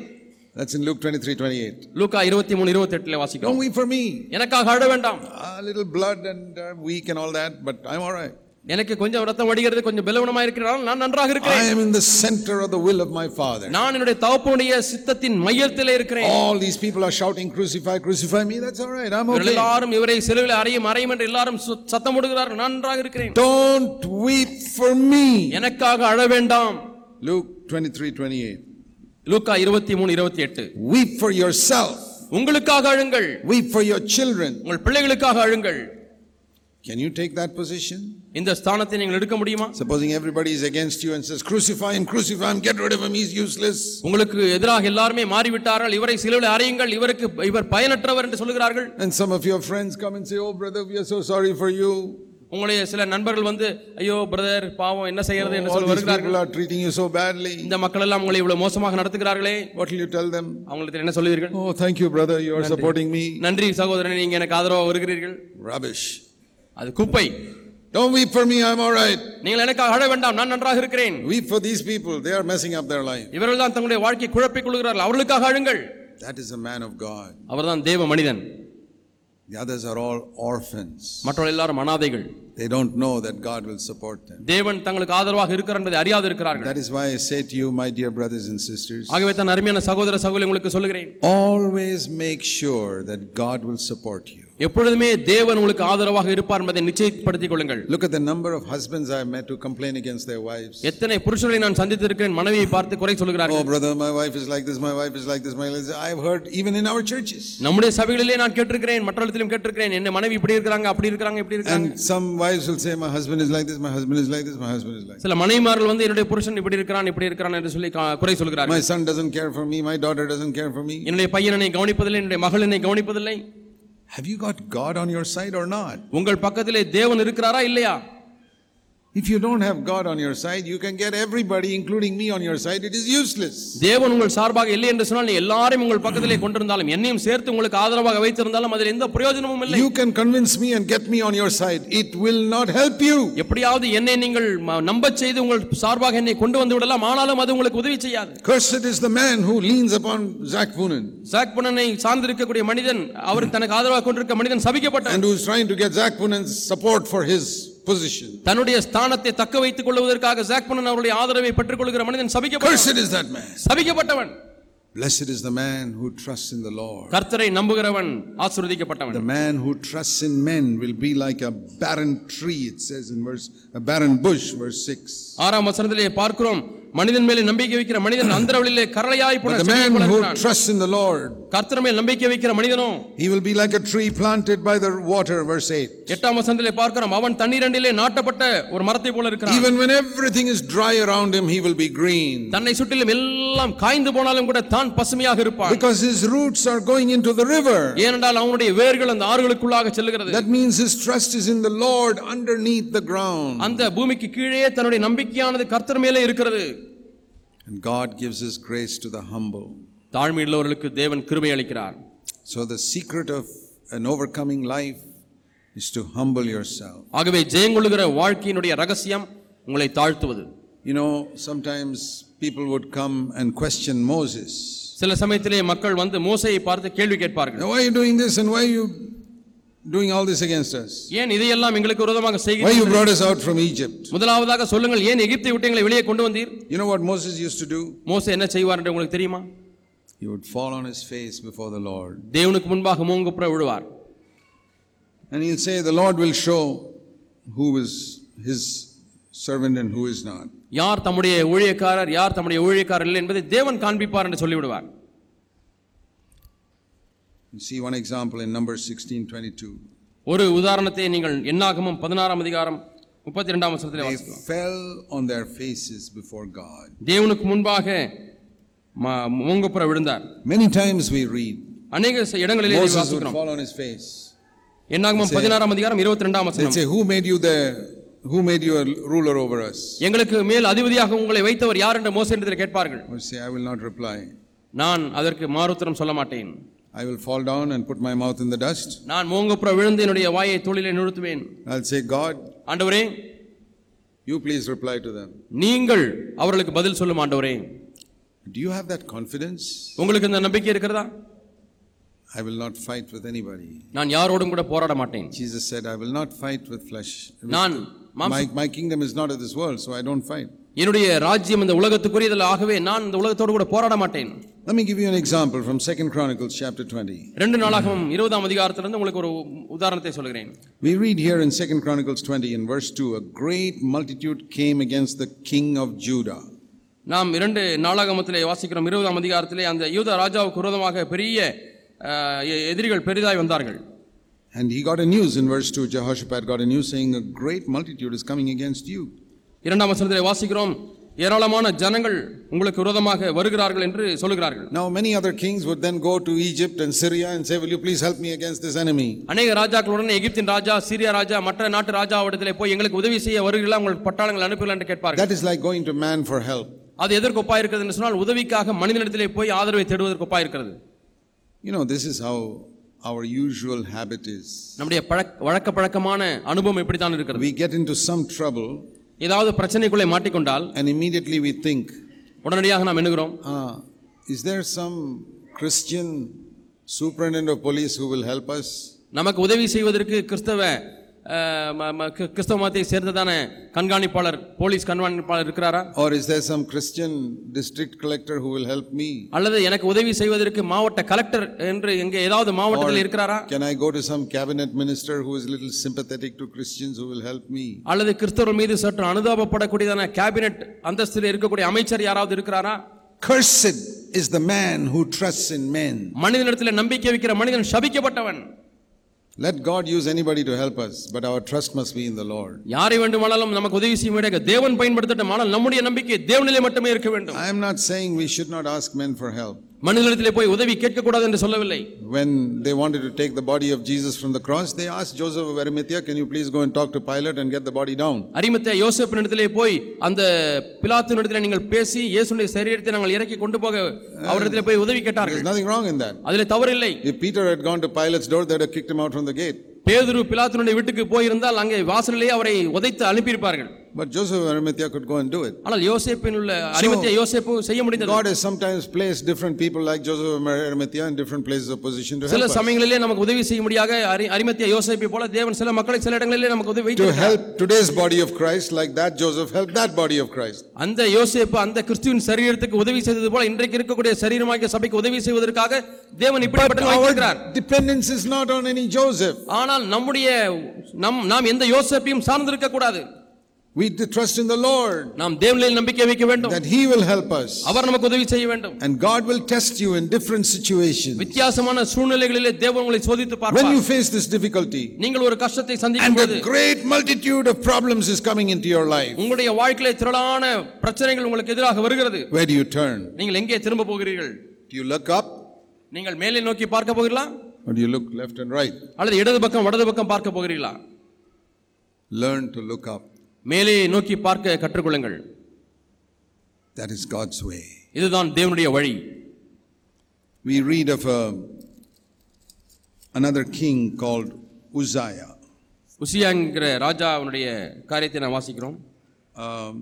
S1: That's in Luke 23 28.
S2: லூக்கா இருபத்தி மூணு இருபத்தி எட்டுல வாசிக்கிறோம்
S1: Don't weep for me.
S2: எனக்காக அழ வேண்டாம்
S1: A little blood and uh, weak and all that, but I'm all right.
S2: எனக்கு கொஞ்சம் ரத்தம் வடிகிறது கொஞ்சம் பலவீனமா இருக்கிறாலும் நான் நன்றாக
S1: I
S2: இருக்கிறேன்
S1: am in the center of the will of my Father.
S2: நான் என்னுடைய தகப்பனுடைய சித்தத்தின் மையத்திலே இருக்கிறேன்
S1: All these people are shouting, Crucify, crucify me. That's all right. I'm
S2: இவர்கள்
S1: okay.
S2: எல்லாரும் இவரை சிலுவையில் அறையும் அறையும் என்று எல்லாரும் சு- சத்தம் போடுகிறார்கள் நான் நன்றாக இருக்கிறேன்
S1: Don't weep for me.
S2: எனக்காக அழ வேண்டாம்
S1: Luke 23 28.
S2: லூக்கா இருபத்தி மூணு இருபத்தி எட்டு
S1: Weep for yourself,
S2: உங்களுக்காக அழுங்கள்
S1: weep for your children.
S2: உங்கள் பிள்ளைகளுக்காக அழுங்கள்
S1: Can you take that position?
S2: இந்த ஸ்தானத்தை நீங்கள் எடுக்க முடியுமா
S1: Supposing everybody is against you and says, Crucify him, crucify him, get rid of him, he's useless.
S2: உங்களுக்கு எதிராக எல்லாருமே மாறிவிட்டார்கள் இவரை சிலுவையில் அறையுங்கள் இவருக்கு இவர் பயனற்றவர் என்று சொல்கிறார்கள்
S1: And some of your friends come and say, Oh, brother, we are so sorry for you.
S2: உங்களுடைய சில நண்பர்கள் வந்து ஐயோ பிரதர் பாவம் என்ன செய்யறது என்று
S1: All
S2: சொல்லி
S1: these
S2: வருகிறார்கள்
S1: people are treating you so badly.
S2: இந்த மக்கள் எல்லாம் உங்களை இவ்வளவு மோசமாக நடத்துகிறார்களே
S1: What will you tell them?
S2: அவங்களுக்கு என்ன சொல்லுவீர்கள்
S1: Oh, thank you, brother, you are supporting me.
S2: நன்றி சகோதரனே நீங்க எனக்கு ஆதரவாக வருகிறீர்கள்
S1: Rubbish.
S2: அது குப்பை
S1: Don't weep for me, I'm all right.
S2: நீங்கள் எனக்காக அழ வேண்டாம் நான் நன்றாக இருக்கிறேன்
S1: Weep for these people, they are messing up their life.
S2: இவர்கள் தான் தங்களுடைய வாழ்க்கையை குழப்பிக் கொள்கிறார்கள் அவர்களுக்காக அழுங்கள்
S1: That is a man of God.
S2: அவர்தான் தேவ மனிதன்
S1: The others are all orphans.
S2: மற்றவர்கள் எல்லாரும் அனாதைகள்
S1: They don't know that God will support them.
S2: தேவன் தங்களுக்கு ஆதரவாக இருக்கிறார் என்பதை அறியாது இருக்கிறார்கள்
S1: That is why I say to you, my dear brothers and sisters,
S2: ஆகவே தான் அருமையான சகோதர சகோதரி உங்களுக்கு சொல்லுகிறேன்
S1: always make sure that God will support you.
S2: எப்பொழுதுமே தேவன் உங்களுக்கு ஆதரவாக இருப்பார் என்பதை நிச்சயப்படுத்திக் கொள்ளுங்கள்
S1: Look at the number of husbands I have met who complain against their wives.
S2: எத்தனை புருஷர்களை நான் சந்தித்திருக்கிறேன் மனைவியை பார்த்து குறை
S1: Oh,
S2: சொல்கிறார்கள்
S1: brother, my wife is like this, my wife is like this, my wife is I've heard even in our churches.
S2: நம்முடைய சபைகளிலே நான் கேட்டிருக்கிறேன் மற்றவர்களிலும் கேட்டிருக்கிறேன் என்ன மனைவி இப்படி இருக்கிறாங்க அப்படி இருக்கிறாங்க இப்படி இருக்கிறாங்க
S1: And some wives will say, My husband is like this, my husband is like this, my husband is like this.
S2: சில மனைவிமார்கள் வந்து என்னுடைய புருஷன் இப்படி இருக்கிறான் இப்படி இருக்கிறான் என்று சொல்லி கா- குறை சொல்கிறார்கள்
S1: My son doesn't care for me, my daughter doesn't care for me.
S2: என்னுடைய பையன் என்னை கவனிப்பதில்லை என்னுடைய மகள் என்னை கவனிப்பதில்லை
S1: Have you got God on your side or not?
S2: உங்கள் பக்கத்திலே தேவன் இருக்கிறாரா இல்லையா
S1: If you don't have God on your side, you can get everybody, including me, on your side. It is useless.
S2: தேவன் உங்கள் சார்பாக இல்லை என்று சொன்னால் நீ எல்லாரையும் உங்கள் பக்கத்திலே கொண்டிருந்தாலும் என்னையும் சேர்த்து உங்களுக்கு ஆதரவாக வைத்திருந்தாலும் அதில் எந்த பிரயோஜனமும் இல்லை
S1: You can convince me and get me on your side. It will not help you.
S2: எப்படியாவது என்னை நீங்கள் ம- நம்பச் செய்து உங்கள் சார்பாக என்னை கொண்டு வந்து விடலாம் ஆனாலும் அது உங்களுக்கு உதவி செய்யாது
S1: Cursed is the man who leans upon Zach Poonen
S2: Zach புனனை சார்ந்திருக்கக்கூடிய மனிதன் அவர் தனக்கு ஆதரவாக கொண்டிருக்க மனிதன் சபிக்கப்பட்டார்
S1: and who's trying to get Zach Poonen's support for his position.
S2: தன்னுடைய ஸ்தானத்தை தக்க வைத்துக் கொள்வதற்காக ஜாக் புனன் அவருடைய ஆதரவை பெற்றுக்கொள்கிற மனிதன் சபிக்கப்பட்டார்
S1: Cursed is that man.
S2: சபிக்கப்பட்டவன்
S1: Blessed is the man who trusts in the Lord.
S2: கர்த்தரை நம்புகிறவன்
S1: The
S2: ஆசீர்வதிக்கப்பட்டவன்
S1: man who trusts in men will be like a barren tree, it says in verse, a barren bush, verse 6.
S2: ஆறாம் வசனத்திலே பார்க்கிறோம் மனிதன் மேலே நம்பிக்கை வைக்கிற மனிதன் அந்தரவளிலே கரளையாய்
S1: But the man who trusts in the Lord,
S2: கர்த்தர் மேல் நம்பிக்கை வைக்கிற மனிதனோ
S1: he will be like a tree planted by the water, verse 8.
S2: எட்டாம் வசனத்திலே பார்க்கிறோம் அவன் தண்ணீரண்டிலே நாட்டப்பட்ட ஒரு மரத்தை போல இருக்கிறான்
S1: Even when everything is dry around him, he will be green.
S2: தன்னை சுற்றிலும் எல்லாம் காய்ந்து போனாலும் கூட தான் பசுமையாக இருப்பான்
S1: Because his roots are going into the river.
S2: ஏனென்றால் அவனுடைய வேர்கள் அந்த ஆறுகளுக்குள்ளாக செல்கிறது
S1: That means his trust is in the Lord underneath the ground.
S2: அந்த பூமிக்கு கீழே தன்னுடைய நம்பிக்கையானது கர்த்தர் மேலே இருக்கிறது
S1: And God gives his grace to the humble.
S2: தாழ்மை உள்ளவர்களுக்கு தேவன் கிருபை அளிக்கிறார்
S1: So the secret of an overcoming life is to humble yourself.
S2: ஆகவே ஜெயங்கொள்ளுகிற வாழ்க்கையினுடைய ரகசியம் உங்களை தாழ்த்துவது
S1: You know, sometimes people would come and question Moses.
S2: சில சமயத்திலே மக்கள் வந்து மோசையை பார்த்து கேள்வி கேட்பார்கள்
S1: Now, why are you doing this and why are you doing all this against us?
S2: ஏன் இதையெல்லாம் எங்களுக்கு விரோதமாக
S1: Why you
S2: செய்கிறீர்கள்
S1: brought us out from Egypt?
S2: முதலாவதாக சொல்லுங்கள் ஏன் எகிப்தை விட்டு எங்களை வெளியே கொண்டு வந்தீர்
S1: You know what Moses used to do?
S2: மோசே என்ன செய்வார் என்று உங்களுக்கு தெரியுமா
S1: He would fall on his face before the Lord.
S2: தேவனுக்கு முன்பாக மூங்குப்புற விழுவார்
S1: And he'll say, The Lord will show who is his servant and who is not.
S2: யார் தம்முடைய ஊழியக்காரர் யார் தம்முடைய ஊழியக்காரர் இல்லை என்பதை தேவன் காண்பிப்பார் என்று சொல்லிவிடுவார்
S1: You see one example in Numbers 16 22.
S2: ஒரு உதாரணத்தை நீங்கள் எண்ணாகமும் பதினாறாம் அதிகாரம் முப்பத்தி ரெண்டாம் வசனத்திலே
S1: They
S2: வாசிக்கிறோம்
S1: fell on their faces before God.
S2: தேவனுக்கு முன்பாக ம- முகங்குப்புற விழுந்தார்
S1: Many times we read
S2: அநேக ச- இடங்களிலே இதை
S1: Moses would
S2: வாசிக்கிறோம்
S1: fall on his face.
S2: என்னாகும் பதினாறாம் அதிகாரம் இருபத்தி ரெண்டாம்
S1: They'd
S2: வசனம்
S1: say, Who made you the who made you a ruler over us?
S2: எங்களுக்கு மேல் அதிபதியாக உங்களை வைத்தவர் யார் என்று மோசே என்று கேட்பார்கள்
S1: Or say, I will not reply.
S2: நான் அதற்கு மாறுத்தரம் சொல்ல மாட்டேன்
S1: I will fall down and put my mouth in the dust.
S2: நான் முகங்குப்புற விழுந்து என்னுடைய வாயை தொழிலை நிறுத்துவேன்
S1: I'll say, God,
S2: ஆண்டவரே
S1: you please reply to them.
S2: நீங்கள் அவர்களுக்கு பதில் சொல்லும் ஆண்டவரே
S1: Do you have that confidence?
S2: உங்களுக்கு இந்த நம்பிக்கை இருக்கிறதா
S1: I will not fight with anybody.
S2: நான் யாரோடும் கூட போராட மாட்டேன்
S1: Jesus said, I will not fight with flesh.
S2: நான் மாம்ச-
S1: My, my kingdom is not of this world, so I don't fight.
S2: என்னுடைய ராஜ்யம் இந்த உலகத்துக்குரியதில் ஆகவே நான் இந்த உலகத்தோடு கூட போராட மாட்டேன்
S1: Let me give you an example from 2 Chronicles chapter 20.
S2: ரெண்டு நாளாகவும் இருபதாம் அதிகாரத்திலிருந்து உங்களுக்கு ஒரு உதாரணத்தை சொல்கிறேன்
S1: We read here in 2 Chronicles 20 in verse 2 a great multitude came against the king of Judah.
S2: நாம் இரண்டு நாளாகமத்திலே வாசிக்கிறோம் இருபதாம் அதிகாரத்திலே அந்த யூத ராஜாவுக்கு விரோதமாக பெரிய அஹ், எ- எதிரிகள் பெரிதாய் வந்தார்கள்
S1: And he got a news in verse 2. Jehoshaphat got a news saying, A great multitude is coming against you.
S2: இரண்டாம் வசனத்திலே வாசிக்கிறோம் ஏராளமான ஜனங்கள் உங்களுக்கு விரோதமாக வருகிறார்கள் என்று சொல்லுகிறார்கள்
S1: Now, many other kings would then go to Egypt and Syria and say, Will you please help me against this enemy?
S2: அநேக ராஜாக்களுடன் எகிப்தின் ராஜா சீரியா ராஜா மற்ற நாட்டு ராஜாவிடத்திலே போய் எங்களுக்கு உதவி செய்ய வருகிறீர்களா உங்களுக்கு பட்டாளங்கள் அனுப்புகிறா என்று கேட்பார்கள்
S1: That is like going to man for help.
S2: அது எதற்கு ஒப்பா இருக்கிறது என்று சொன்னால் உதவிக்காக மனிதனிடத்திலே போய் ஆதரவை தேடுவதற்கு ஒப்பா இருக்கிறது
S1: You know, this is how our usual habit is.
S2: நம்முடைய பழக்க வழக்க பழக்கமான அனுபவம் இப்படித்தான் இருக்கிறது
S1: We get into some trouble
S2: ஏதாவது பிரச்சனைக்குள்ளே மாட்டிக்கொண்டால்
S1: and immediately we think,
S2: உடனடியாக நாம் எண்ணுகிறோம்
S1: Ah, is there some Christian superintendent of police who will help us?
S2: நமக்கு உதவி செய்வதற்கு கிறிஸ்தவ அஹ், ம- ம- கி- கிறிஸ்தவ மதத்தை சேர்ந்ததான கண்காணிப்பாளர் போலீஸ் கண்காணிப்பாளர் இருக்கிறாரா
S1: Or is there some Christian district collector who will help me?
S2: அல்லது எனக்கு உதவி செய்வதற்கு மாவட்ட கலெக்டர் என்று எங்கே ஏதாவது மாவட்டத்தில் இருக்கிறாரா
S1: Can I go to some cabinet minister who is little sympathetic to Christians who will help me?
S2: அல்லது கிறிஸ்தவர்கள் மீது சற்று அனுதாபப்படக்கூடியதான கேபினெட் அந்தஸ்தில் இருக்கக்கூடிய அமைச்சர் யாராவது இருக்கிறாரா
S1: Cursed is the man who trusts in men.
S2: மனிதனிடத்தில் நம்பிக்கை வைக்கிற மனிதன் சபிக்கப்பட்டவன்
S1: Let God use anybody to help us, but our trust must be in the Lord.
S2: யாரை வேண்டுமானாலும் நமக்கு உதவி செய்யும் இடையே தேவன் பயன்படுத்தட்டும் ஆனால் நம்முடைய நம்பிக்கை தேவனிலே மட்டுமே இருக்க வேண்டும்
S1: I am not saying we should not ask men for help.
S2: மனிதனிடத்திலே போய் உதவி கேட்கக்கூடாது என்று சொல்லவில்லை
S1: When they wanted to take the body of Jesus from the cross, they asked Joseph of Arimathea, Can you please go and talk to Pilate and get the body down?
S2: Arimathea யோசேப்பின் இடத்திலே போய் அந்த பிலாத்தினிடத்திலே நீங்கள் பேசி இயேசுடைய சரீரத்தை நாங்கள் இறக்கி கொண்டு போக அவரிடத்திலே போய் உதவி கேட்டார்கள்
S1: There's nothing wrong in that.
S2: அதிலே தவறில்லை
S1: If Peter had gone to Pilate's door, they'd have kicked him out from the gate.
S2: பேதுரு பிலாத்தினுடைய வீட்டுக்கு போயிருந்தால் அங்கே வாசலிலேயே அவரை உதைத்து அனுப்பியிருப்பார்கள்
S1: But Joseph of Arimathea could go and do it.
S2: ஆனால் யோசேப்பின் உள்ள அரிமத்தியா யோசேப்பு செய்ய முடிந்தது
S1: God has sometimes placed different people like Joseph of Arimathea in different places of position to help
S2: சில
S1: us.
S2: சமயங்களிலே நமக்கு உதவி செய்ய முடியாத அரி அரிமத்தியா யோசேப்பை போல தேவன் சில மக்களை சில இடங்களிலே நமக்கு உதவி
S1: To
S2: வைத்து
S1: help today's body of Christ, like that Joseph helped that body of Christ.
S2: அந்த யோசேப்பு அந்த கிறிஸ்துவின் சரீரத்துக்கு உதவி செய்தது போல இன்றைக்கு இருக்கக்கூடிய சரீரமாகிய சபைக்கு உதவி செய்வதற்காக தேவன் இப்படிப்பட்ட வைத்திருக்கிறார்
S1: Dependence is not on any Joseph.
S2: ஆனால் நம்முடைய நம் நாம் எந்த யோசேப்பையும் சார்ந்திருக்க கூடாது
S1: We d- trust in the Lord
S2: நாம் தேவனில் நம்பிக்கை வைக்க வேண்டும்
S1: that He will help us.
S2: அவர் நமக்கு உதவி செய்ய வேண்டும்
S1: And God will test you in different situations.
S2: வித்தியாசமான சூழ்நிலைகளிலே தேவன் உங்களை சோதித்து
S1: When
S2: பார்ப்பார்
S1: you face this difficulty,
S2: நீங்கள் ஒரு கஷ்டத்தை சந்திக்கும்
S1: and
S2: போது
S1: a great multitude of problems is coming into your life,
S2: உங்களுடைய வாழ்க்கையிலே திரளான பிரச்சனைகள் உங்களுக்கு எதிராக வருகிறது
S1: where do you turn?
S2: நீங்கள் எங்கே திரும்ப போகிறீர்கள்
S1: Do you look up
S2: நீங்கள் மேலே நோக்கி பார்க்க போகிறீர்களா
S1: or do you look left and right?
S2: அல்லது இடது பக்கம் வடது பக்கம் பார்க்க போகிறீர்களா
S1: Learn to look up.
S2: மேலே நோக்கி பார்க்க கற்றுக்கொள்ளுங்கள்
S1: That is God's way.
S2: இதுதான் தேவனுடைய வழி
S1: We read of a, another king called Uzziah.
S2: உசியாங்கிற ராஜாவுடைய காரியத்தை நான் வாசிக்கிறோம்
S1: Um,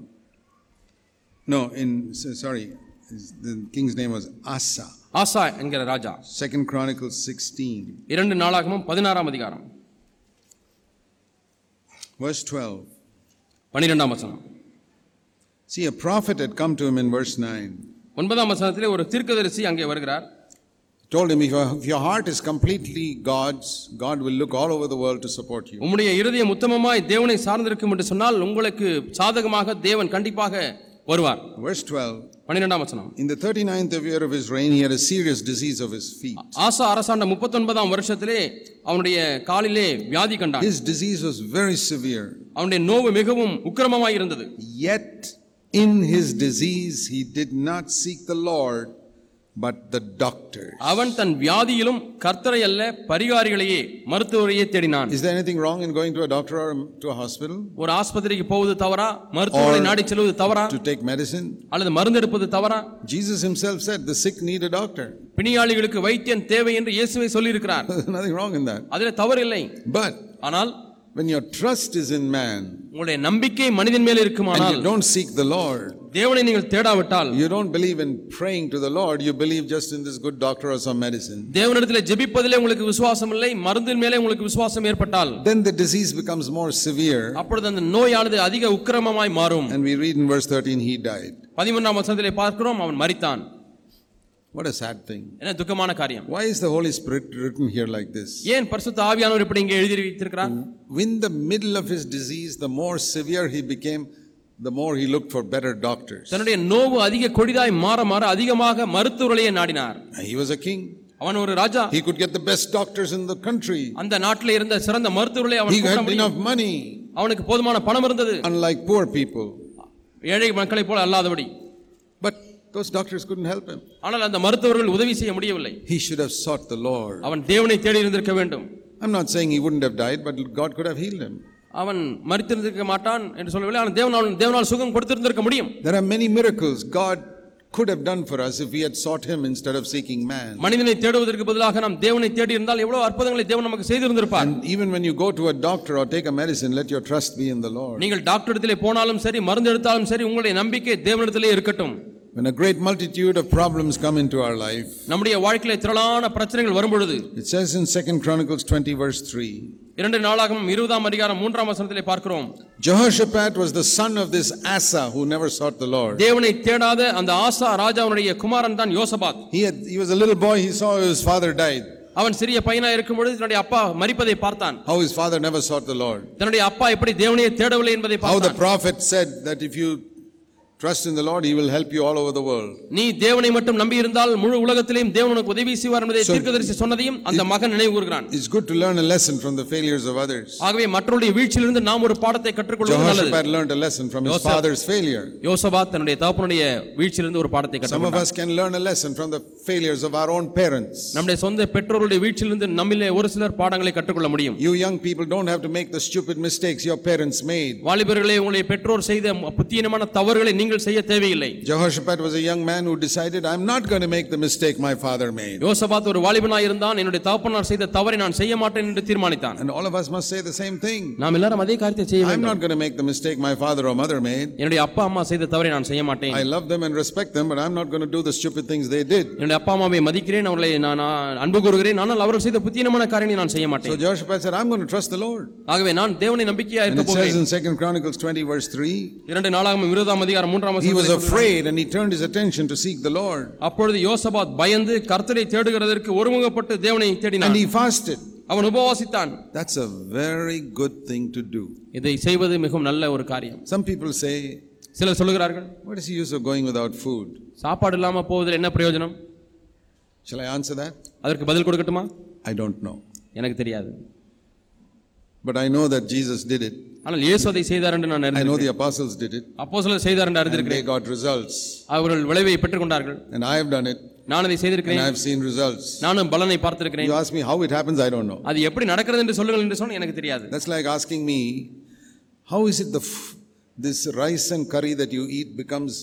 S1: no, in so- sorry, his- the king's name was Asa.
S2: ஆசா என்கிற ராஜா
S1: Second Chronicles 16,
S2: இரண்டு நாளாகமும் பதினாறாம் அதிகாரம்
S1: verse 12.
S2: பன்னிரெண்டாம் வசனம்
S1: See, a prophet had come to him in verse 9.
S2: ஒன்பதாம் வசனத்திலே ஒரு தீர்க்கதரிசி அங்கே வருகிறார்
S1: He told him, if your, if your heart is completely God's, God will look all over the world to support you.
S2: உம்முடைய இருதயம் உத்தமமாய் தேவனை சார்ந்திருக்கும் என்று சொன்னால் உங்களுக்கு சாதகமாக தேவன் கண்டிப்பாக வருவார்
S1: Verse 12
S2: பன்னிரெண்டாம் வசனம்
S1: In the 39th of year of his reign, he had a serious disease of his feet.
S2: ஆசா அரசாண்ட முப்பத்தொன்பதாம் வருஷத்திலே அவனுடைய காலிலே வியாதி கண்டான்
S1: His disease was very severe.
S2: அவனுடைய நோவு மிகவும் உக்கிரமமாய் இருந்தது
S1: Yet, in his disease, he did not seek the Lord, but the doctor.
S2: அவன் தன் வியாதியிலும் கர்த்தரை அல்ல பரிகாரிகளையே மருத்துவரையே தேடினான்
S1: Is there anything wrong in going to a doctor or to a hospital
S2: ஒரு ஆஸ்பத்திரிக்கு போவது தவறா மருத்துவரை
S1: Or-
S2: நாடி செல்வது தவறா
S1: to take medicine?
S2: அல்லது மருந்தெடுப்பது தவறா
S1: Jesus himself said, The sick need a doctor.
S2: பிணியாளிகளுக்கு வைத்தியன் தேவை என்று இயேசுவே சொல்லியிருக்கிறார்
S1: There's nothing wrong in that.
S2: அதில் தவறு இல்லை
S1: But
S2: ஆனால்
S1: when your trust is in man
S2: உங்களுடைய நம்பிக்கை மனிதன் மேல்
S1: and
S2: இருக்குமானால்
S1: you don't seek the Lord,
S2: தேவனை நீங்கள் தேடாவிட்டால்
S1: you don't believe in praying to the Lord, you believe just in this good doctor or some medicine,
S2: தேவனிடத்தில் ஜெபிப்பதிலே உங்களுக்கு விசுவாசம் இல்லை மருந்தின் மேலே உங்களுக்கு விசுவாசம் ஏற்பட்டால்
S1: then the disease becomes more severe.
S2: அப்பொழுது அந்த நோயானது அதிக உக்கிரமமாய் மாறும்
S1: And we read in verse 13, he died.
S2: பதிமூன்றாம் வசனத்திலே பார்க்கிறோம் அவன் மரித்தான்
S1: What a sad thing.
S2: என்ன துக்கமான காரியம்
S1: Why is the Holy Spirit written here like this?
S2: ஏன் பரிசுத்த ஆவியானவர் இப்படி இங்கே எழுதி வைத்திருக்கிறார்
S1: In the middle of his disease, the more severe he became, the more he looked for better doctors.
S2: தன்னுடைய நோவு அதிக கொடிதாய் மாற மாற அதிகமாக மருத்துவர்களையே நாடினார்
S1: He was a king.
S2: அவன் ஒரு ராஜா
S1: He could get the best doctors in the country.
S2: அந்த நாட்டில் இருந்த சிறந்த மருத்துவர்களை அவன்
S1: He
S2: கூப்பிட
S1: had
S2: முடியும்.
S1: enough money,
S2: அவனுக்கு போதுமான பணம் இருந்தது
S1: unlike poor people.
S2: ஏழை மக்களை போல அல்லாதபடி
S1: But those doctors couldn't help him.
S2: ஆனால் அந்த மருத்துவர்கள் உதவி செய்ய முடியவில்லை
S1: He should have sought the Lord.
S2: அவன் தேவனை தேடி இருந்திருக்க வேண்டும்
S1: I'm not saying he wouldn't have died, but God could have healed him.
S2: அவன் மறித்திருந்திருக்க மாட்டான் என்று சொல்லவில்லை ஆனால் தேவன் அவன் தேவனால் சுகம் கொடுத்திருந்திருக்க முடியும்
S1: There are many miracles God could have done for us if we had sought him instead of seeking man.
S2: மனிதனை தேடுவதற்கு பதிலாக நாம் தேவனை தேடி இருந்தால் எவ்வளவு அற்புதங்களை தேவன் நமக்கு செய்திருந்திருப்பார்
S1: And even when you go to a doctor or take a medicine, let your trust be in the Lord.
S2: நீங்கள் டாக்டர் இடத்திலே போனாலும் சரி மருந்து எடுத்தாலும் சரி உங்களுடைய நம்பிக்கை தேவனிடத்திலே இருக்கட்டும்
S1: When a great multitude of problems come into our life,
S2: நம்முடைய வாழ்க்கையில திரளான பிரச்சனைகள் வரும்பொழுது
S1: it says in 2 Chronicles 20, verse 3
S2: இரண்டு நாளாகவும் இருபதாம் அதிகாரம் மூன்றாம் வசனத்திலே பார்க்கிறோம்
S1: Jehoshaphat was the son of this Asa who never sought the Lord.
S2: தேவனை தேடாத அந்த ஆசா ராஜாவுடைய குமாரன் தான் யோசபாத்
S1: He, had, he was a little boy, he saw his father died.
S2: அவன் சிறிய பையனா இருக்கும்பொழுது தன்னுடைய அப்பா மரிப்பதை பார்த்தான்
S1: How his father never sought the Lord.
S2: தன்னுடைய அப்பா எப்படி தேவனையே தேடவில்லை என்பதை
S1: How the
S2: பார்த்தான்
S1: prophet said that if you trust in the Lord, he will help you all over the world.
S2: நீ தேவனை மட்டும் நம்பி இருந்தால் முழு உலகத்திலேயும் தேவன் உனக்கு உதவி செய்வார் என்பதை
S1: So-
S2: தீர்க்கதரிசி சொன்னதையும் அந்த மகன் நினைவு கூறுகிறான்
S1: It's good to learn a lesson from the failures of others.
S2: ஆகவே மற்றவருடைய வீழ்ச்சியிலிருந்து நாம் ஒரு பாடத்தை கற்றுக்கொள்வது நல்லது
S1: Jehoshaphat learned a lesson from his
S2: Joseph-
S1: father's failure.
S2: யோசபாத் தன்னுடைய தகப்பனுடைய வீழ்ச்சியிலிருந்து ஒரு பாடத்தை
S1: Some of
S2: கற்றுக்கொண்டார்
S1: us can learn a lesson from the failures of our own parents.
S2: நம்முடைய சொந்த பெற்றோருடைய வீழ்ச்சியிலிருந்து நம்மிலே ஒரு சிலர் பாடங்களை கற்றுக்கொள்ள முடியும்
S1: You young people don't have to make the stupid mistakes your parents made.
S2: வாலிபர்களே உங்களுடைய பெற்றோர் செய்த புத்தியனமான தவறுகளை நீங்கள் செய்ய தேவையில்லை
S1: Jehoshaphat was a young man who decided, I'm not going to make the mistake my father made.
S2: யோசபாத் ஒரு வாலிபனாய் இருந்தான் என்னுடைய தகப்பனார் செய்த தவறை நான் செய்ய மாட்டேன் என்று தீர்மானித்தான்
S1: And all of us must say the same thing.
S2: நாம் எல்லாரும் அதே காரியத்தை செய்ய
S1: I'm
S2: வேண்டும்
S1: not going to make the mistake my father or mother made.
S2: என்னுடைய அப்பா அம்மா செய்த தவறை நான் செய்ய மாட்டேன்
S1: I love them and respect them, but I'm not going to do the stupid things they did.
S2: என்னுடைய அப்பா அம்மாவை மதிக்கிறேன் அவர்களை நான் நான் அன்பு கூறுகிறேன் ஆனால் அவர்கள் செய்த புத்தியனமான காரியங்களை நான் செய்ய
S1: So
S2: மாட்டேன்
S1: Jehoshaphat said, I'm going to trust the Lord.
S2: ஆகவே நான் தேவனை நம்பிக்கையா
S1: And
S2: இருக்க
S1: it says
S2: போகிறேன்
S1: in Second Chronicles 20, verse 3,
S2: இரண்டு நாளாகவும் இருபதாம் அதிகாரம் மூன்றாம்
S1: he was
S2: வசனத்தில்
S1: afraid and he turned his attention to seek the Lord.
S2: அப்பொழுது யோசபாத் பயந்து கர்த்தரை தேடுகிறதற்கு ஒருமுகப்பட்டு தேவனை
S1: And
S2: தேடினான்
S1: he fasted.
S2: அவன் உபவாசித்தான்
S1: That's a very good thing to do.
S2: இதை செய்வது மிகவும் நல்ல ஒரு காரியம்
S1: Some people say,
S2: சிலர் சொல்லுகிறார்கள்
S1: What is the use of going without food?
S2: சாப்பாடு இல்லாம போவதில் என்ன பிரயோஜனம்
S1: Shall I answer that?
S2: அதற்கு பதில் கொடுக்கட்டுமா
S1: I don't know.
S2: எனக்கு தெரியாது
S1: But I know that Jesus did it.
S2: ஆனால் இயேசு அதை செய்தார் என்று நான்
S1: I know
S2: அறிந்திருக்கிறேன்
S1: the apostles did it.
S2: அப்போ சிலர் செய்தார் என்று
S1: And
S2: அறிந்திருக்கிறேன்
S1: they got results.
S2: அவர்கள் விளைவை பெற்றுக்கொண்டார்கள்
S1: And I have done it.
S2: நான் அதை
S1: And
S2: செய்திருக்கிறேன்
S1: I've seen results.
S2: நானும் பலனை பார்த்திருக்கிறேன்
S1: You ask me how it happens, I don't know.
S2: அது எப்படி நடக்கிறது என்று சொல்லுங்கள் என்று சொன்னால் எனக்கு தெரியாது
S1: That's like asking me, How is it the f- this rice and curry that you eat becomes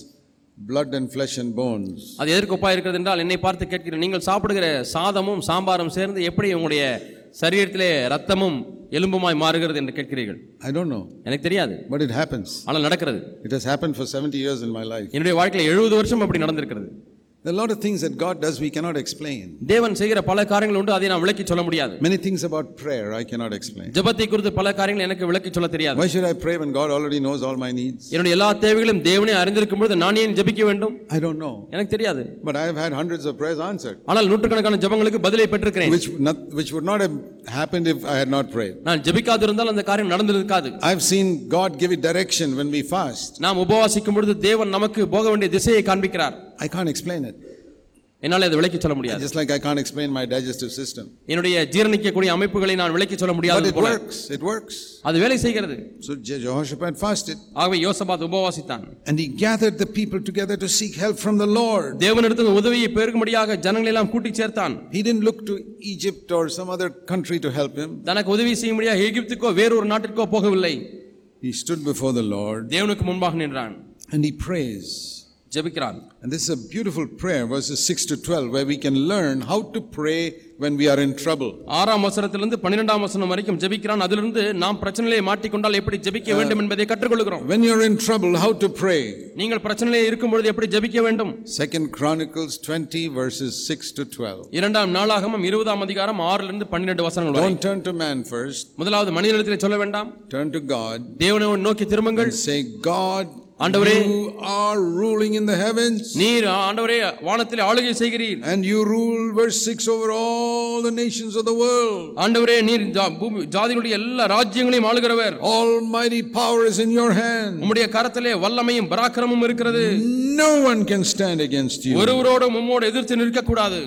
S1: blood and flesh and bones?
S2: அது எதற்கொப்பா இருக்கிறது என்றால் என்னை பார்த்து கேட்கிறேன் நீங்கள் சாப்பிடுகிற சாதமும் சாம்பாரும் சேர்ந்து எப்படி உங்களுடைய சரீரத்திலே ரத்தமும் எலும்புமாய் மாறுகிறது என்று கேட்கிறீர்கள்
S1: I don't know.
S2: எனக்கு தெரியாது
S1: But it happens.
S2: ஆனால் நடக்கிறது
S1: It has happened for 70 years in my life.
S2: என்னுடைய வாழ்க்கையில் எழுபது வருஷம் அப்படி நடந்திருக்கிறது
S1: There are a lot of things that God does we cannot explain.
S2: தேவன் செய்கிற பல காரியங்கள் உண்டு அதை நான் விளக்கி சொல்ல முடியாது
S1: Many things about prayer I cannot explain.
S2: ஜெபத்தை குறித்து பல காரியங்கள் எனக்கு விளக்கி சொல்ல தெரியாது
S1: Why should I pray when God already knows all my needs?
S2: என்னுடைய எல்லா தேவைகளையும் தேவனே அறிந்திருக்கும் பொழுது நான் ஏன் ஜெபிக்க வேண்டும்
S1: I don't know.
S2: எனக்கு தெரியாது
S1: But I have had hundreds of prayers answered,
S2: ஆனால் நூற்றுக்கணக்கான ஜெபங்களுக்கு பதிலை பெற்றிருக்கிறேன்
S1: which, not, which would not have happened if I had not prayed.
S2: நான் ஜெபிக்காதிருந்தால் அந்த காரியம் நடந்திருக்காது
S1: I've seen God give it direction when we fast.
S2: நாம் உபவாசிக்கும் பொழுது தேவன் நமக்கு போக வேண்டிய திசையை காண்பிக்கிறார்
S1: I can't explain it.
S2: என்னால் அதை விளக்கி சொல்ல முடியாது
S1: Just like I can't explain my digestive system.
S2: என்னுடைய ஜீரணிக்கக்கூடிய அமைப்புகளை நான் விளக்கி சொல்ல
S1: But
S2: முடியாது
S1: it
S2: போல
S1: works. It works.
S2: அது வேலை செய்கிறது
S1: So Je- Jehoshaphat fasted
S2: ஆகவே யோசபாத் உபவாசித்தான்
S1: and he gathered the people together to seek help from the Lord.
S2: தேவனிடத்தில் உதவியை பெருகும்படியாக ஜனங்களை எல்லாம் கூட்டி சேர்த்தான்
S1: He didn't look to Egypt or some other country to help him.
S2: தனக்கு உதவி செய்யும்படியாக எகிப்துக்கோ வேறொரு நாட்டிற்கோ போகவில்லை
S1: He stood before the Lord
S2: தேவனுக்கு முன்பாக நின்றான்
S1: and he prays.
S2: ஜெபிக்கிறான்
S1: And this is a beautiful prayer, verses 6 to 12, where we can learn how to pray when we are in trouble.
S2: ஆறாம் வசனத்திலிருந்து பன்னிரெண்டாம் வசனம் வரைக்கும் ஜெபிக்கிறான் அதிலிருந்து நாம் பிரச்சனையை மாட்டிக்கொண்டால் எப்படி ஜெபிக்க வேண்டும் என்பதை கற்றுக்கொள்கிறோம்
S1: When you're in trouble, how to pray.
S2: நீங்கள் பிரச்சனையிலே இருக்கும் பொழுது எப்படி ஜெபிக்க வேண்டும்
S1: Second Chronicles 20, verses 6 to 12.
S2: இரண்டாம் நாளாகமம் இருபதாம் அதிகாரம் ஆறிலிருந்து பன்னிரெண்டு வசனங்கள் வரை
S1: Don't turn to man first,
S2: முதலாவது மனிதனிடத்தில் சொல்ல வேண்டாம்
S1: turn to God
S2: தேவனை நோக்கி திரும்புங்கள்
S1: and say, God,
S2: ஆண்டவரே.
S1: you are ruling in the heavens
S2: நீர் ஆண்டவரே வானத்திலே ஆளுகை செய்கிறீர்
S1: and you rule, verse 6, over all the nations of the world.
S2: ஆண்டவரே நீர் ஜா- பூமி ஜாதிகளுடைய எல்லா ராஜ்யங்களையும் ஆளுகிறவர்
S1: Almighty power is in your hand.
S2: உம்முடைய கரத்திலே வல்லமையும் பராக்கிரமும் இருக்கிறது
S1: No one can stand against you.
S2: ஒருவரோடும் உம்மோடு எதிர்த்து நிற்கக்கூடாது